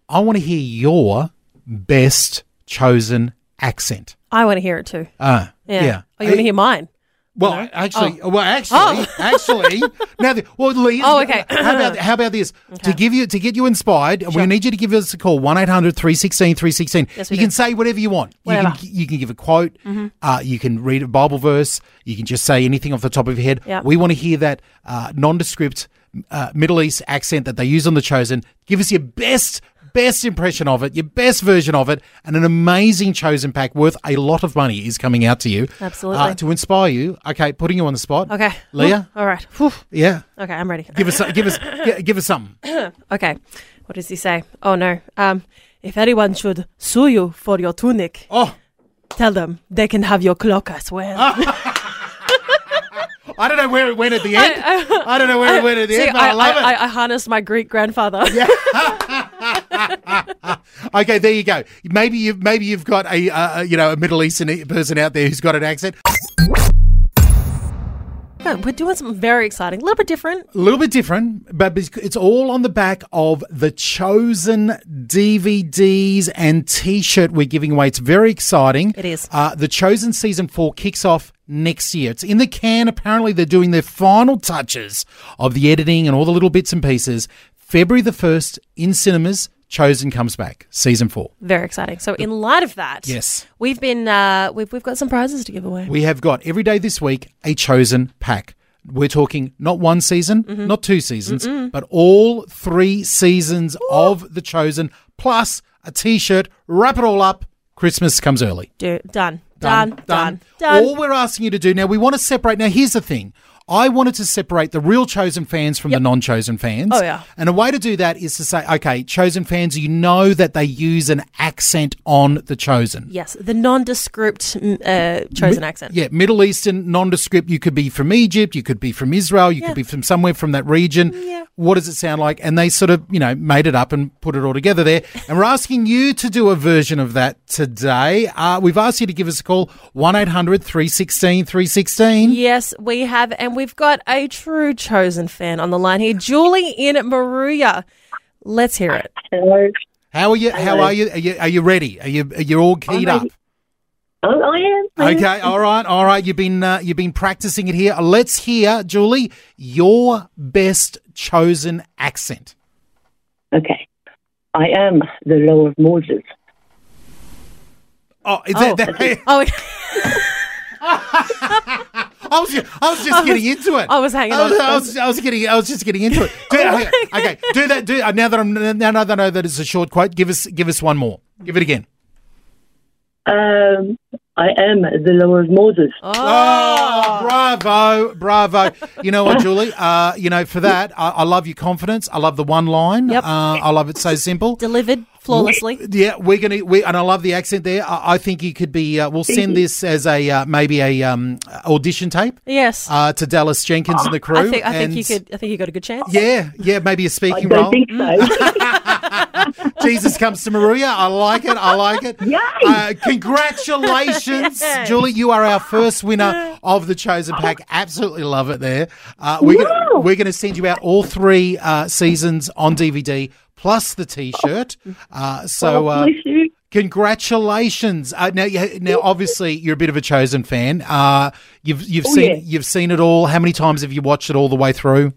S1: I want to hear your best chosen accent.
S2: I want to hear it too.
S1: Uh, yeah.
S2: Oh, you want to hear mine?
S1: Well,
S2: No?
S1: actually,
S2: Oh.
S1: well, actually,
S2: Oh.
S1: actually, now, the, well, Lee.
S2: Oh, okay.
S1: How about how about this? To give you to get you inspired, we need you to give us a call 1-800-316-316.
S2: Yes, we
S1: you can
S2: do.
S1: say whatever you want.
S2: Whatever.
S1: You can you can give a quote.
S2: Mhm.
S1: Uh, you can read a Bible verse. You can just say anything off the top of your head.
S2: Yep.
S1: We want to hear that uh, nondescript uh, Middle East accent that they use on the chosen. Give us your best. Best impression of it, your best version of it, and an amazing chosen pack worth a lot of money is coming out to you.
S2: Absolutely.
S1: Uh, to inspire you. Okay, putting you on the spot.
S2: Okay.
S1: Leah?
S2: All right. Whew.
S1: Yeah.
S2: Okay, I'm ready.
S1: Give us some- give us gi- give us something.
S2: okay. What does he say? Oh no. Um, if anyone should sue you for your tunic,
S1: oh,
S2: tell them they can have your cloak as well.
S1: I don't know where it went at Ah, the end. I, don't know where it went at the
S2: See,
S1: end, but I, love
S2: I, I harnessed my Greek grandfather.
S1: it. Okay, there you go. Maybe you maybe you've got a uh, you know a Middle Eastern person out there who's got an accent.
S2: No, We're doing something very exciting, a little bit different.
S1: A little bit different, but it's- it's all on the back of the chosen DVDs and T-shirt we're giving away. It's very exciting.
S2: It is.
S1: Uh, the chosen season four kicks off next year. It's in the can. Apparently, they're doing their final touches of the editing and all the little bits and pieces. February the first in cinemas. Chosen comes back season four.
S2: Very exciting. So, in light of that,
S1: Yes.
S2: we've been uh, we've we've got some prizes to give away.
S1: We have got every day this week a chosen pack. We're talking not one season, not two seasons,
S2: Mm-hmm. Mm-mm.
S1: but all three seasons of The Chosen, plus a t shirt. Wrap it all up. Christmas comes early.
S2: Do, done, done, done, done,
S1: All we're asking you to do now, we want to separate. Now, here's the thing. I wanted to separate the real chosen fans from the non chosen fans.
S2: Oh, yeah.
S1: And a way to do that is to say, okay, chosen fans, you know that they use an accent on the chosen.
S2: Yes, the nondescript mm, uh, chosen
S1: Mi-
S2: accent.
S1: Yeah, Middle Eastern, nondescript. You could be from Egypt, you could be from Israel, you
S2: Yeah.
S1: could be from somewhere from that region. What does it sound like? And they sort of, you know, made it up and put it all together there. And we're asking you to do a version of that today. Uh, we've asked you to give us a call 1 800 316 316.
S2: Yes, we have, and we've got a true chosen fan on the line here, Julie in Maruya. Let's hear it.
S14: Hello.
S1: How are you? How
S14: Hello.
S1: are you? Are you, are you ready? Are you are you all keyed
S14: I'm
S1: up?
S14: ready. Oh, I am. I am.
S1: Okay, all right, all right. You've been uh, you've been practicing it here. Let's hear, Julie, your best chosen accent.
S14: Okay. I am the law of Moses.
S1: Oh, is that, that
S2: Oh,
S1: I was just, I was just
S2: I was-
S1: getting into it.
S2: I was hanging
S1: I was,
S2: on. Oh
S1: I was, I was getting. I was just getting into it. Do, okay, okay, do that. Do uh, now that I'm now that I know that it's a short quote. Give us give us one more. Give it again.
S14: Um, I am the law of Moses.
S1: Oh, bravo, bravo. You know what, Julie? Uh, you know, for that, I, I love your confidence. I love the one line. Yep. Uh, I love it so simple.
S2: Delivered flawlessly.
S1: yeah, we're going to, we, and I love the accent there. I, I think you could be, uh, we'll send this as a, uh, maybe a um, audition tape.
S2: Yes.
S1: Uh, to Dallas Jenkins and the crew.
S2: I think I think
S1: and-
S2: you could. I think you got a good chance.
S1: Yeah, yeah, maybe a speaking
S2: don't
S1: role.
S2: think
S1: Jesus comes to Maria. I like it. I like it. Uh, congratulations,
S14: Yes.
S1: Julie. You are our first winner of the Chosen Pack. Absolutely love it there. Uh, we're gonna, we're going to send you out all three uh, seasons on DVD plus the T-shirt. Uh, so. Uh, Congratulations! Uh, now, you- now, obviously, you're a bit of a chosen fan. Uh, you've you've
S14: Oh,
S1: seen
S14: yeah.
S1: you've seen it all. How many times have you watched it all the way through?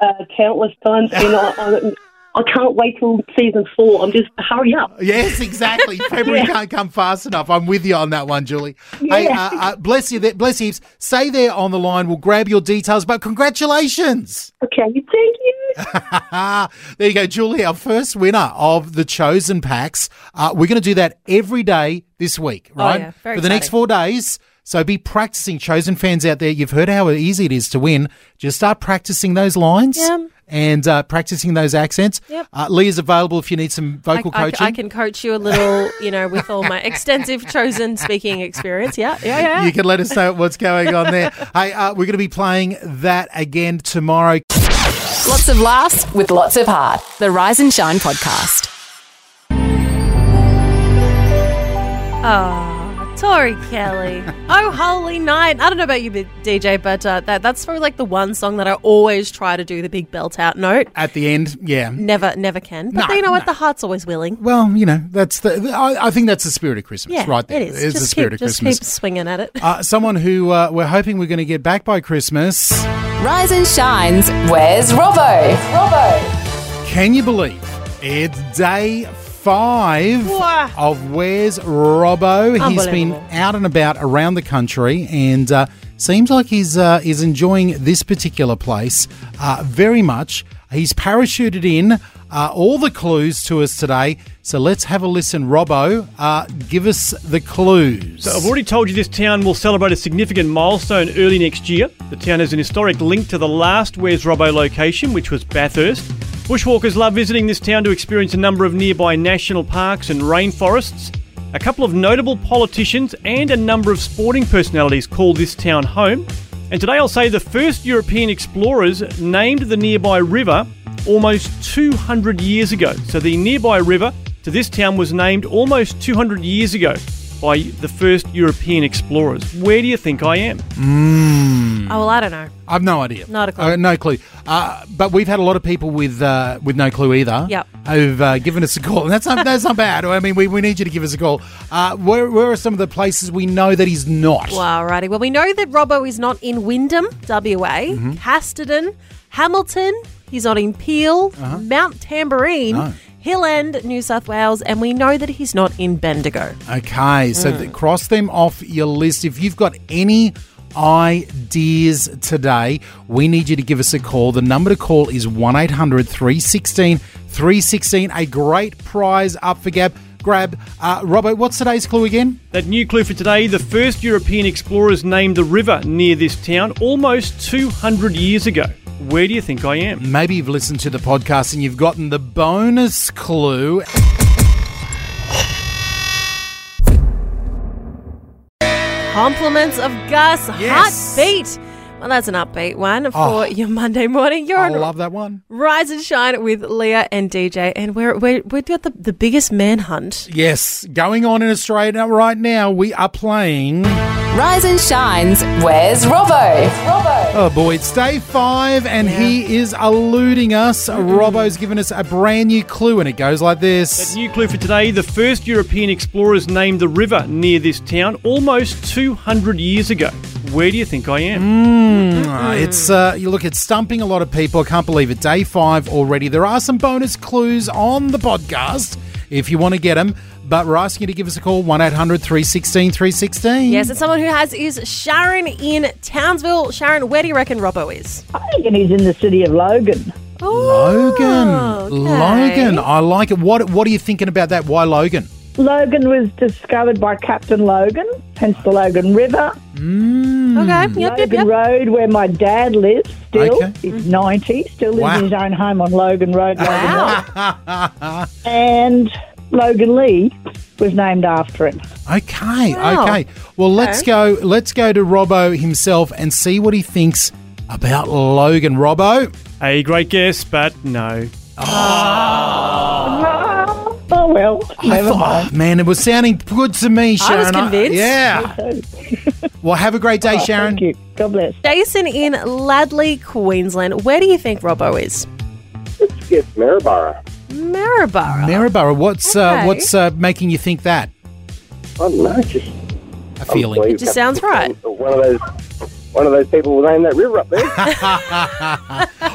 S14: Uh, countless times. And I, I, I can't wait till season four. I'm just, hurry up.
S1: Yes, exactly. February
S14: Yeah.
S1: can't come fast enough. I'm with you on that one, Julie. Hey,
S14: Yeah.
S1: uh, uh, bless you, there, bless you. heaps. Stay there on the line. We'll grab your details. But congratulations.
S14: Okay, thank you.
S1: there you go, Julie, our first winner of the Chosen Packs. Uh, we're going to do that every day this week,
S14: Oh,
S1: right?
S14: yeah.
S1: For
S14: Very
S1: the next
S14: exciting.
S1: four days. So be practicing, Chosen fans out there. You've heard how easy it is to win. Just start practicing those lines.
S2: Yeah.
S1: and uh, practicing those accents.
S2: Yep.
S1: Uh, Lee is available if you need some vocal
S2: I, I c-
S1: coaching.
S2: I can coach you a little, you know, with all my extensive chosen speaking experience. Yeah, yeah, yeah.
S1: You can let us know what's going on there. hey, uh, we're going to be playing that again tomorrow.
S3: Lots of laughs with lots of heart. The Rise and Shine podcast.
S2: Oh, Tori Kelly. oh, holy night. I don't know about you, DJ, but uh, that, that's probably like the one song that I always try to do the big belt out note.
S1: At the end, yeah.
S2: Never, never can. But
S1: No,
S2: you know what? The heart's always willing.
S1: Well, you know, that's the. I, I think that's the spirit of Christmas,
S2: Yeah,
S1: right there.
S2: it is.
S1: It's
S2: just
S1: the spirit
S2: keep,
S1: of
S2: just
S1: Christmas.
S2: keep swinging at it.
S1: Uh, someone who uh, we're hoping we're going to get back by Christmas.
S3: Rise and Shine's Where's Robbo? Robbo.
S1: Can you believe it's day five
S3: Wah.
S1: of Where's Robbo? He's been
S3: Unbelievable.
S1: out and about around the country and uh, seems like he's uh, is enjoying this particular place uh, very much. He's parachuted in uh, all the clues to us today. So let's have a listen. Robbo, uh, give us the clues.
S9: So I've already told you this town will celebrate a significant milestone early next year. The town has an historic link to the last Where's Robbo location, which was Bathurst. Bushwalkers love visiting this town to experience a number of nearby national parks and rainforests. A couple of notable politicians and a number of sporting personalities call this town home. And today I'll say the first European explorers named the nearby river almost 200 years ago. So the nearby river to this town was named almost 200 years ago by the first European explorers. Where do you think I am?
S1: Mm.
S2: Oh, well, I don't know.
S1: I've no idea.
S2: Not a clue.
S1: Uh, no clue. Uh, but we've had a lot of people with uh, with no clue either.
S2: Yep.
S1: Who've uh, given us a call, and that's not that's not bad. I mean, we, we need you to give us a call. Uh, where where are some of the places we know that he's not?
S2: Well, alrighty. Well, we know that Robbo is not in Wyndham, WA,
S1: Mhm.
S2: Casterton, Hamilton. He's not in Peel,
S1: Uh-huh.
S2: Mount Tambourine,
S1: No.
S2: Hill End, New South Wales, and we know that he's not in Bendigo.
S1: Okay, so
S2: Mm.
S1: th- cross them off your list. If you've got any ideas today, we need you to give us a call. The number to call is 1 800 316 316. A great prize up for grab. Grab. Uh, Robbo, what's today's clue again?
S9: That new clue for today the first European explorers named the river near this town almost 200 years ago. Where do you think I am?
S1: Maybe you've listened to the podcast and you've gotten the bonus clue.
S2: Compliments of Gus Heartbeat. Well, that's an upbeat one for
S8: Oh.
S2: your Monday morning. You're
S8: I
S2: on
S8: love
S1: that one.
S2: Rise and Shine with Leah and DJ, and we're we're we've got the, the biggest manhunt.
S1: Yes, going on in Australia now- right now. We are playing.
S3: Rise and Shine's Where's Robbo? Robbo.
S1: Oh boy, it's day five, and he is eluding us. Robbo's given us a brand new clue, and it goes like this.
S9: That new clue for today the first European explorers named the river near this town almost 200 years ago. Where do you think I am?
S1: Mm, uh, it's uh, you look, it's stumping a lot of people. I can't believe it. Day five already. There are some bonus clues on the podcast if you want to get them. But we're asking you to give us a call 1 800 316 316.
S2: Yes, and someone who has is Sharon in Townsville. Sharon, where do you reckon Robbo is?
S15: I reckon he's in the city of Logan.
S2: Oh.
S1: Logan.
S2: okay.
S1: Logan. I like it. What What are you thinking about that? Why Logan?
S15: Logan was discovered by Captain Logan, hence the Logan River.
S2: Mm. Okay, yep,
S15: Logan Road, where my dad lives still. He's 90, still lives
S1: Wow.
S15: in his own home on Logan Road. Logan Road. And Logan Lee was named after him.
S1: Okay.
S15: Wow.
S1: Okay. Well, let's go. Let's go to Robbo himself and see what he thinks about Logan. Robbo.
S9: A great guess, but no.
S15: Oh, well, never mind.
S1: Man, it was sounding good to me,
S15: I
S1: Sharon.
S15: was convinced.
S1: yeah. well, have a great day,
S2: Oh,
S1: Sharon.
S15: you.
S2: thank
S15: God bless.
S2: Jason in Ladley, Queensland. Where do you think Robbo is?
S16: It's Maribara.
S2: Maribara.
S1: Maribara, what's uh,
S2: Okay.
S1: what's uh, making you think that?
S16: I don't know, just
S1: A feeling.
S16: It
S2: just sounds right.
S16: One of those, one of those people will name that river up there.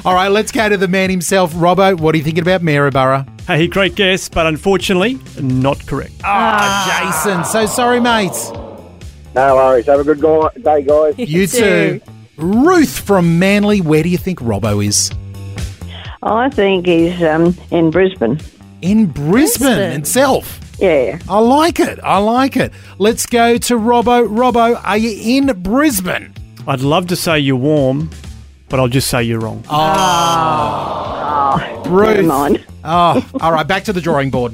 S1: All right, let's go to the man himself, Robbo. What are you thinking about Maribara?
S9: Hey, great guess, but unfortunately, not correct.
S1: Ah, Jason. So sorry, mate.
S16: no worries. Have a good go- day, guys.
S1: You too. Ruth from Manly, where do you think Robbo is?
S17: I think he's um, in Brisbane.
S1: In Brisbane, itself.
S17: Yeah.
S1: I like it. I like it. Let's go to Robbo. Robbo, are you in Brisbane?
S9: I'd love to say you're warm, but I'll just say you're wrong.
S1: Oh.
S17: Oh,
S1: Ruth.
S17: never mind.
S1: Oh, all right. Back to the drawing board.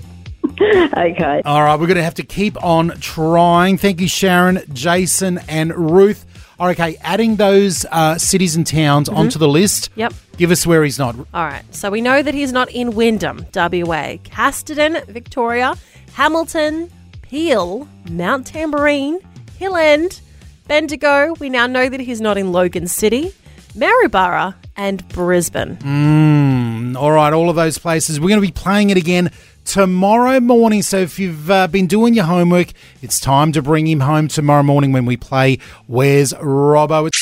S17: okay.
S1: All right, we're going to have to keep on trying. Thank you, Sharon, Jason, and Ruth. All right, okay, adding those uh, cities and towns
S2: Mhm.
S1: onto the list.
S2: Yep.
S1: Give us where he's not.
S2: All right. So we know that he's not in Wyndham, WA, Casterton, Victoria, Hamilton, Peel, Mount Tambourine, Hill End, Bendigo. We now know that he's not in Logan City, Maryborough, and Brisbane.
S1: Mm, all right, all of those places. We're going to be playing it again tomorrow morning. So if you've uh, been doing your homework, it's time to bring him home tomorrow morning when we play Where's Robbo? It's-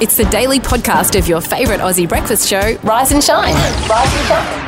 S3: It's the daily podcast of your favourite Aussie breakfast show, Rise and Shine. Rise and Shine.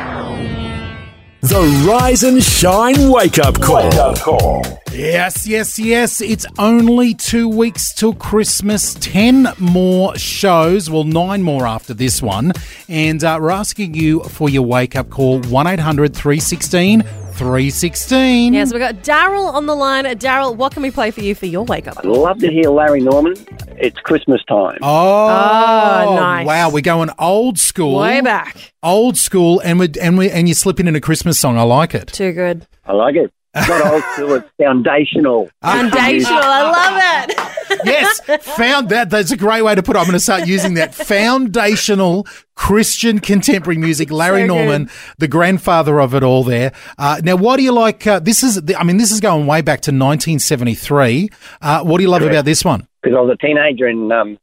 S4: The Rise and Shine Wake Up Call. Wake up call.
S1: Yes, yes, yes. It's only two weeks till Christmas. Ten more shows. Well, nine more after this one. And uh, we're asking you for your wake up call 1 800 316 316.
S2: Yes, we got Daryl on the line. Daryl, what can we play for you for your wake up?
S16: I'd love to hear Larry Norman. It's Christmas time.
S1: Oh,
S2: Oh, nice.
S1: wow. We're going old school.
S2: Way back.
S1: Old school. And, we're, and, we and you're slipping in a Christmas song. I like it.
S2: Too good.
S16: I like it. It's not old school, it's foundational.
S1: Ah.
S2: Foundational. I love it.
S1: yes, found that. That's a great way to put it. I'm going to start using that. Foundational Christian contemporary music. Larry
S4: So good.
S1: Norman, the grandfather of it all there. Uh, now, why do you like uh, this? Is the, I mean, this is going way back to 1973. Uh, what do you love
S16: Correct.
S1: about this one?
S16: Because I was a teenager in um,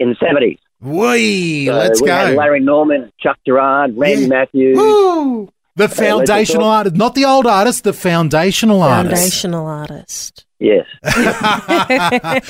S16: in the 70s.
S1: Whee,
S16: So
S1: let's
S16: we
S1: go.
S16: Had Larry Norman, Chuck Gerard, Randy Matthews. Uh,
S1: The
S16: Hey, let's
S1: foundational
S16: talk.
S1: artist, not the old artist, the foundational artist.
S2: Foundational artist.
S16: Yes.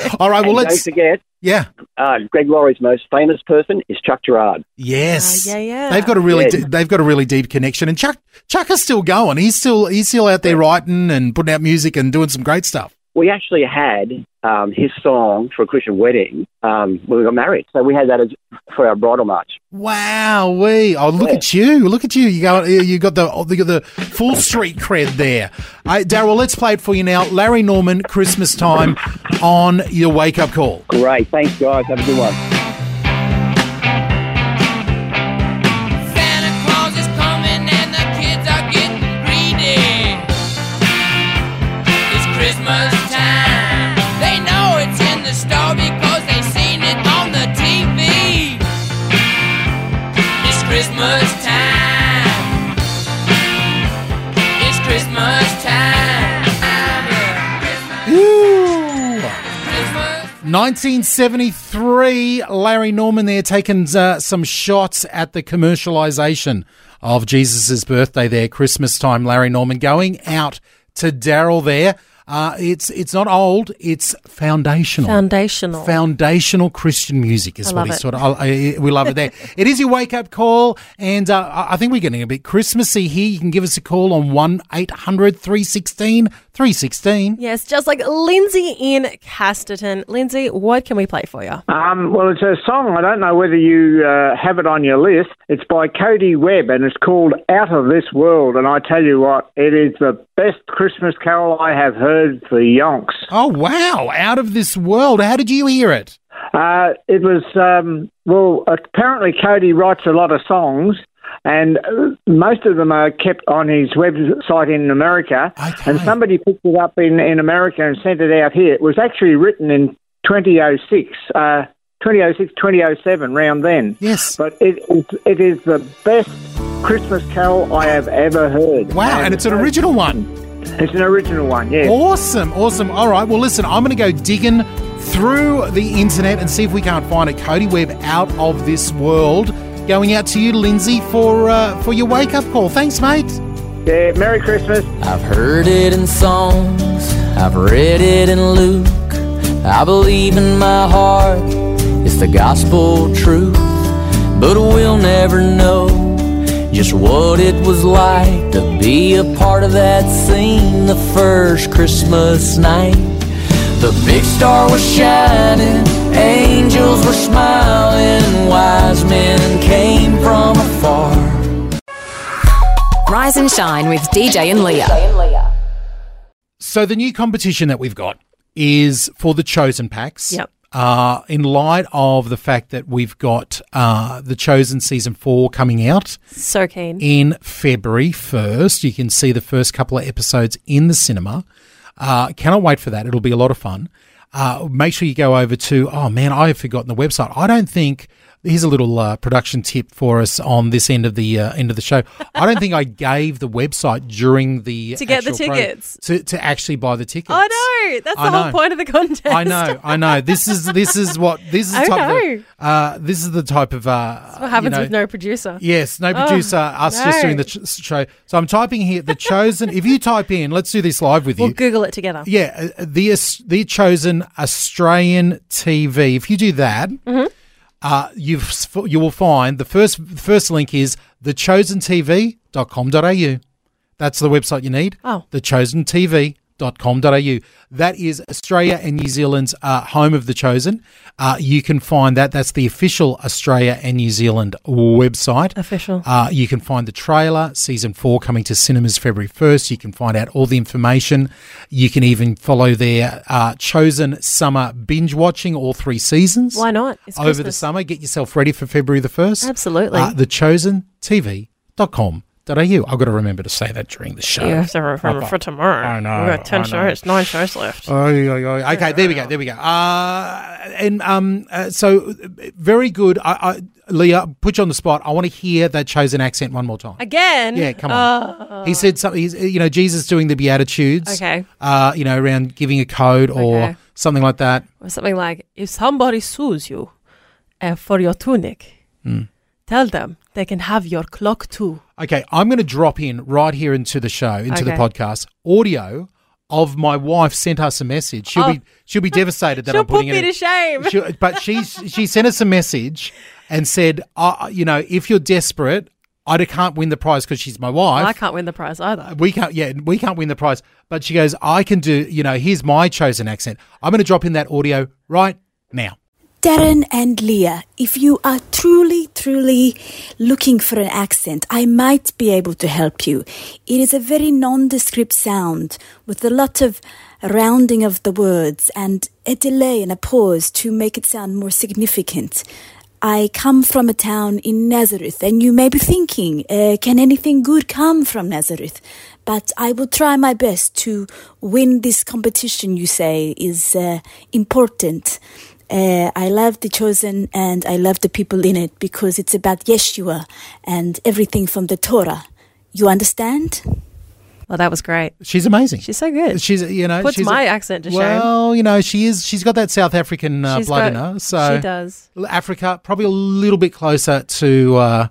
S1: All right, well,
S16: And
S1: let's.
S16: Don't forget,
S1: Yeah.
S16: uh, Greg Laurie's most famous person is Chuck Gerard.
S1: Yes.
S16: yeah, yeah.
S1: They've got a really
S16: Yeah.
S1: d- they've got a really deep connection, and Chuck Chuck is still going. He's still he's still out there writing and putting out music and doing some great stuff.
S16: We actually had um, his song for a Christian wedding um, when we got married. So we had that as, for our bridal march.
S1: Wow, we oh look at you, look at you. You go you got the you got the full street cred there. All right, Daryl, let's play it for you now. Larry Norman, Christmas time on your wake up call.
S16: Great. Thanks, guys. Have a good one.
S6: Santa Claus is coming and the kids are getting greedy. It's Christmas time. They know it's in the store because they seen it on the TV. It's Christmas time. It's Christmas time.
S1: Ooh. 1973, Larry Norman there taking uh, some shots at the commercialization of Jesus' birthday there, Christmas time. Larry Norman going out to Daryl there. Uh, it's it's not old, it's foundational.
S2: Foundational.
S1: Foundational Christian music is
S2: I
S1: what
S2: love
S1: he
S2: it.
S1: sort of. I, I- we love it there. it is your wake up call, and uh, I I think we're getting a bit Christmassy here. You can give us a call on 1 800 316 316.
S2: Yes, just like Lindsay in Casterton. Lindsay, what can we play for you?
S18: Um, well, it's a song. I don't know whether you uh, have it on your list. It's by Cody Webb and it's called Out of This World. And I tell you what, it is the best Christmas carol I have heard for yonks.
S1: Oh, wow. Out of This World. How did you hear it?
S18: Uh, it was, um, well, apparently Cody writes a lot of songs. And uh, most of them are kept on his website in America. And somebody picked it up in, in America and sent it out here. It was actually written in 2006. Uh, 2006, 2007, round then.
S1: Yes.
S18: But it is, it is the best Christmas carol I have ever heard.
S1: Wow, and it's an original one.
S18: It's an original one, yeah.
S1: Awesome, awesome. All right, well, listen, I'm going to go digging through the internet and see if we can't find it. Cody Webb out of this world. Going out to you, Lindsay, for uh, for your wake up call. Thanks, mate.
S18: Yeah, Merry Christmas.
S19: I've heard it in songs, I've read it in Luke. I believe in my heart it's the gospel truth, but we'll never know just what it was like to be a part of that scene the first Christmas night. The big star was shining, angels were smiling, wise men came from afar.
S3: Rise and Shine with DJ and Leah.
S1: So the new competition that we've got is for the chosen packs.
S2: Yep.
S1: uh, in light of the fact that we've got uh, The Chosen Season 4 coming out
S8: So keen.
S1: in February 1st. You can see the first couple of episodes in the cinema. Uh, cannot wait for that. It'll be a lot of fun. Uh, make sure you go over to, oh man, I have forgotten the website. I don't think. Here's a little uh, production tip for us on this end of the uh, end of the show. I don't think I gave the website during the
S8: To get the
S1: actual pro-
S8: tickets. Oh,
S1: to, to actually buy the tickets.
S8: I know. That's the
S1: I
S8: whole
S1: know.
S8: point of the contest.
S1: I know, I know. This is this is what this is the
S8: I
S1: type of uh, this is the type of uh,
S8: That's Oh, what happens
S1: you know-
S8: with no producer.
S1: Yes, no
S8: Oh,
S1: producer, us just
S8: no.
S1: doing the ch- show. So I'm typing here the chosen. if you type in, let's do this live with
S8: We'll
S1: you.
S8: Google it together.
S1: Yeah, uh, the Aus- the chosen Australian TV. If you do that,
S8: Mm-hmm.
S1: uh, you've s- f- you will find the first first link is thechosentv.com.au. That's the website you need.
S8: Oh.
S1: thechosentv.com.au. That is Australia and New Zealand's uh, home of the chosen. Uh, you can find that. That's the official Australia and New Zealand website.
S8: Official.
S1: Uh, you can find the trailer, season four coming to cinemas February 1st. You can find out all the information. You can even follow their uh, chosen summer binge watching, all three seasons.
S8: Why not? It's
S1: Over the
S8: Christmas.
S1: summer, get yourself ready for February the 1st.
S8: Absolutely.
S1: Uh, thechosentv.com.au. I've got to remember to say that during the show.
S8: You have to remember
S1: Oh,
S8: for tomorrow.
S1: I know.
S8: We've got 10
S1: I know.
S8: shows, nine shows left.
S1: Oh, Okay, there we go. There we go. Uh, and um, uh, so uh, very good. I, I, Leah, put you on the spot. I want to hear that chosen accent one more time.
S8: Again?
S1: Yeah, come on.
S8: Oh.
S1: he said something. He's, you know, Jesus doing the Beatitudes.
S8: Okay.
S1: Uh, you know, around giving a code or
S8: Okay.
S1: something like that.
S8: or something like, if somebody sues you uh, for your tunic,
S1: Hmm.
S8: tell them they can have your clock too.
S1: Okay, I'm going to drop in right here into the show, into the
S8: Okay.
S1: podcast audio of my wife sent us a message. She'll
S8: Oh.
S1: be she'll be devastated that
S8: She'll
S1: I'm putting
S8: put
S1: it
S8: me
S1: in.
S8: to shame.
S1: She- but she she sent us a message and said, uh, you know, if you're desperate, I can't win the prize because she's my wife.
S8: Well, I can't win the prize either.
S1: we can't yeah we can't win the prize but she goes i can do you know here's my chosen accent i'm going to drop in that audio right now
S20: Darren and Leah, if you are truly, truly looking for an accent, I might be able to help you. It is a very nondescript sound with a lot of rounding of the words and a delay and a pause to make it sound more significant. I come from a town in Nazareth, and you may be thinking, uh, can anything good come from Nazareth? But I will try my best to win this competition you say is uh, important. Uh, I love The Chosen and I love the people in it because it's about Yeshua and everything from the Torah. You understand?
S8: Well, that was great.
S1: she's amazing
S8: She's so good.
S1: she's you know
S8: Puts
S1: she's
S8: my accent to shame.
S1: well you know she is she's got that south african uh,
S8: She's got-
S1: blood in her so
S8: she does.
S1: africa probably a little bit closer to uh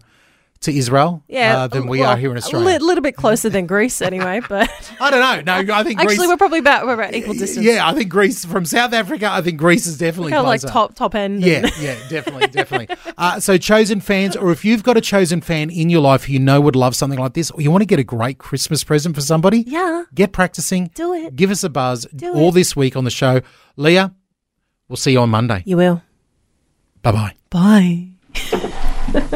S1: to israel
S8: Yeah,
S1: uh, than we
S8: well,
S1: are here in australia
S8: A li- little bit closer than Greece, anyway. But
S1: I don't know. No, I think
S8: actually
S1: Greece-
S8: we're probably about we're about equal distance.
S1: yeah i think greece from south africa i think greece is definitely
S8: kind of like
S1: closer.
S8: top top end.
S1: Yeah,
S8: and-
S1: yeah, definitely, definitely. Uh, so, chosen fans, or if you've got a chosen fan in your life who you know would love something like this, or you want to get a great Christmas present for somebody,
S8: yeah,
S1: get practicing.
S8: Do it.
S1: Give us a buzz
S8: Do
S1: all
S8: it.
S1: this week on the show. Leah, we'll see you on Monday.
S8: You will.
S1: Bye bye.
S8: Bye.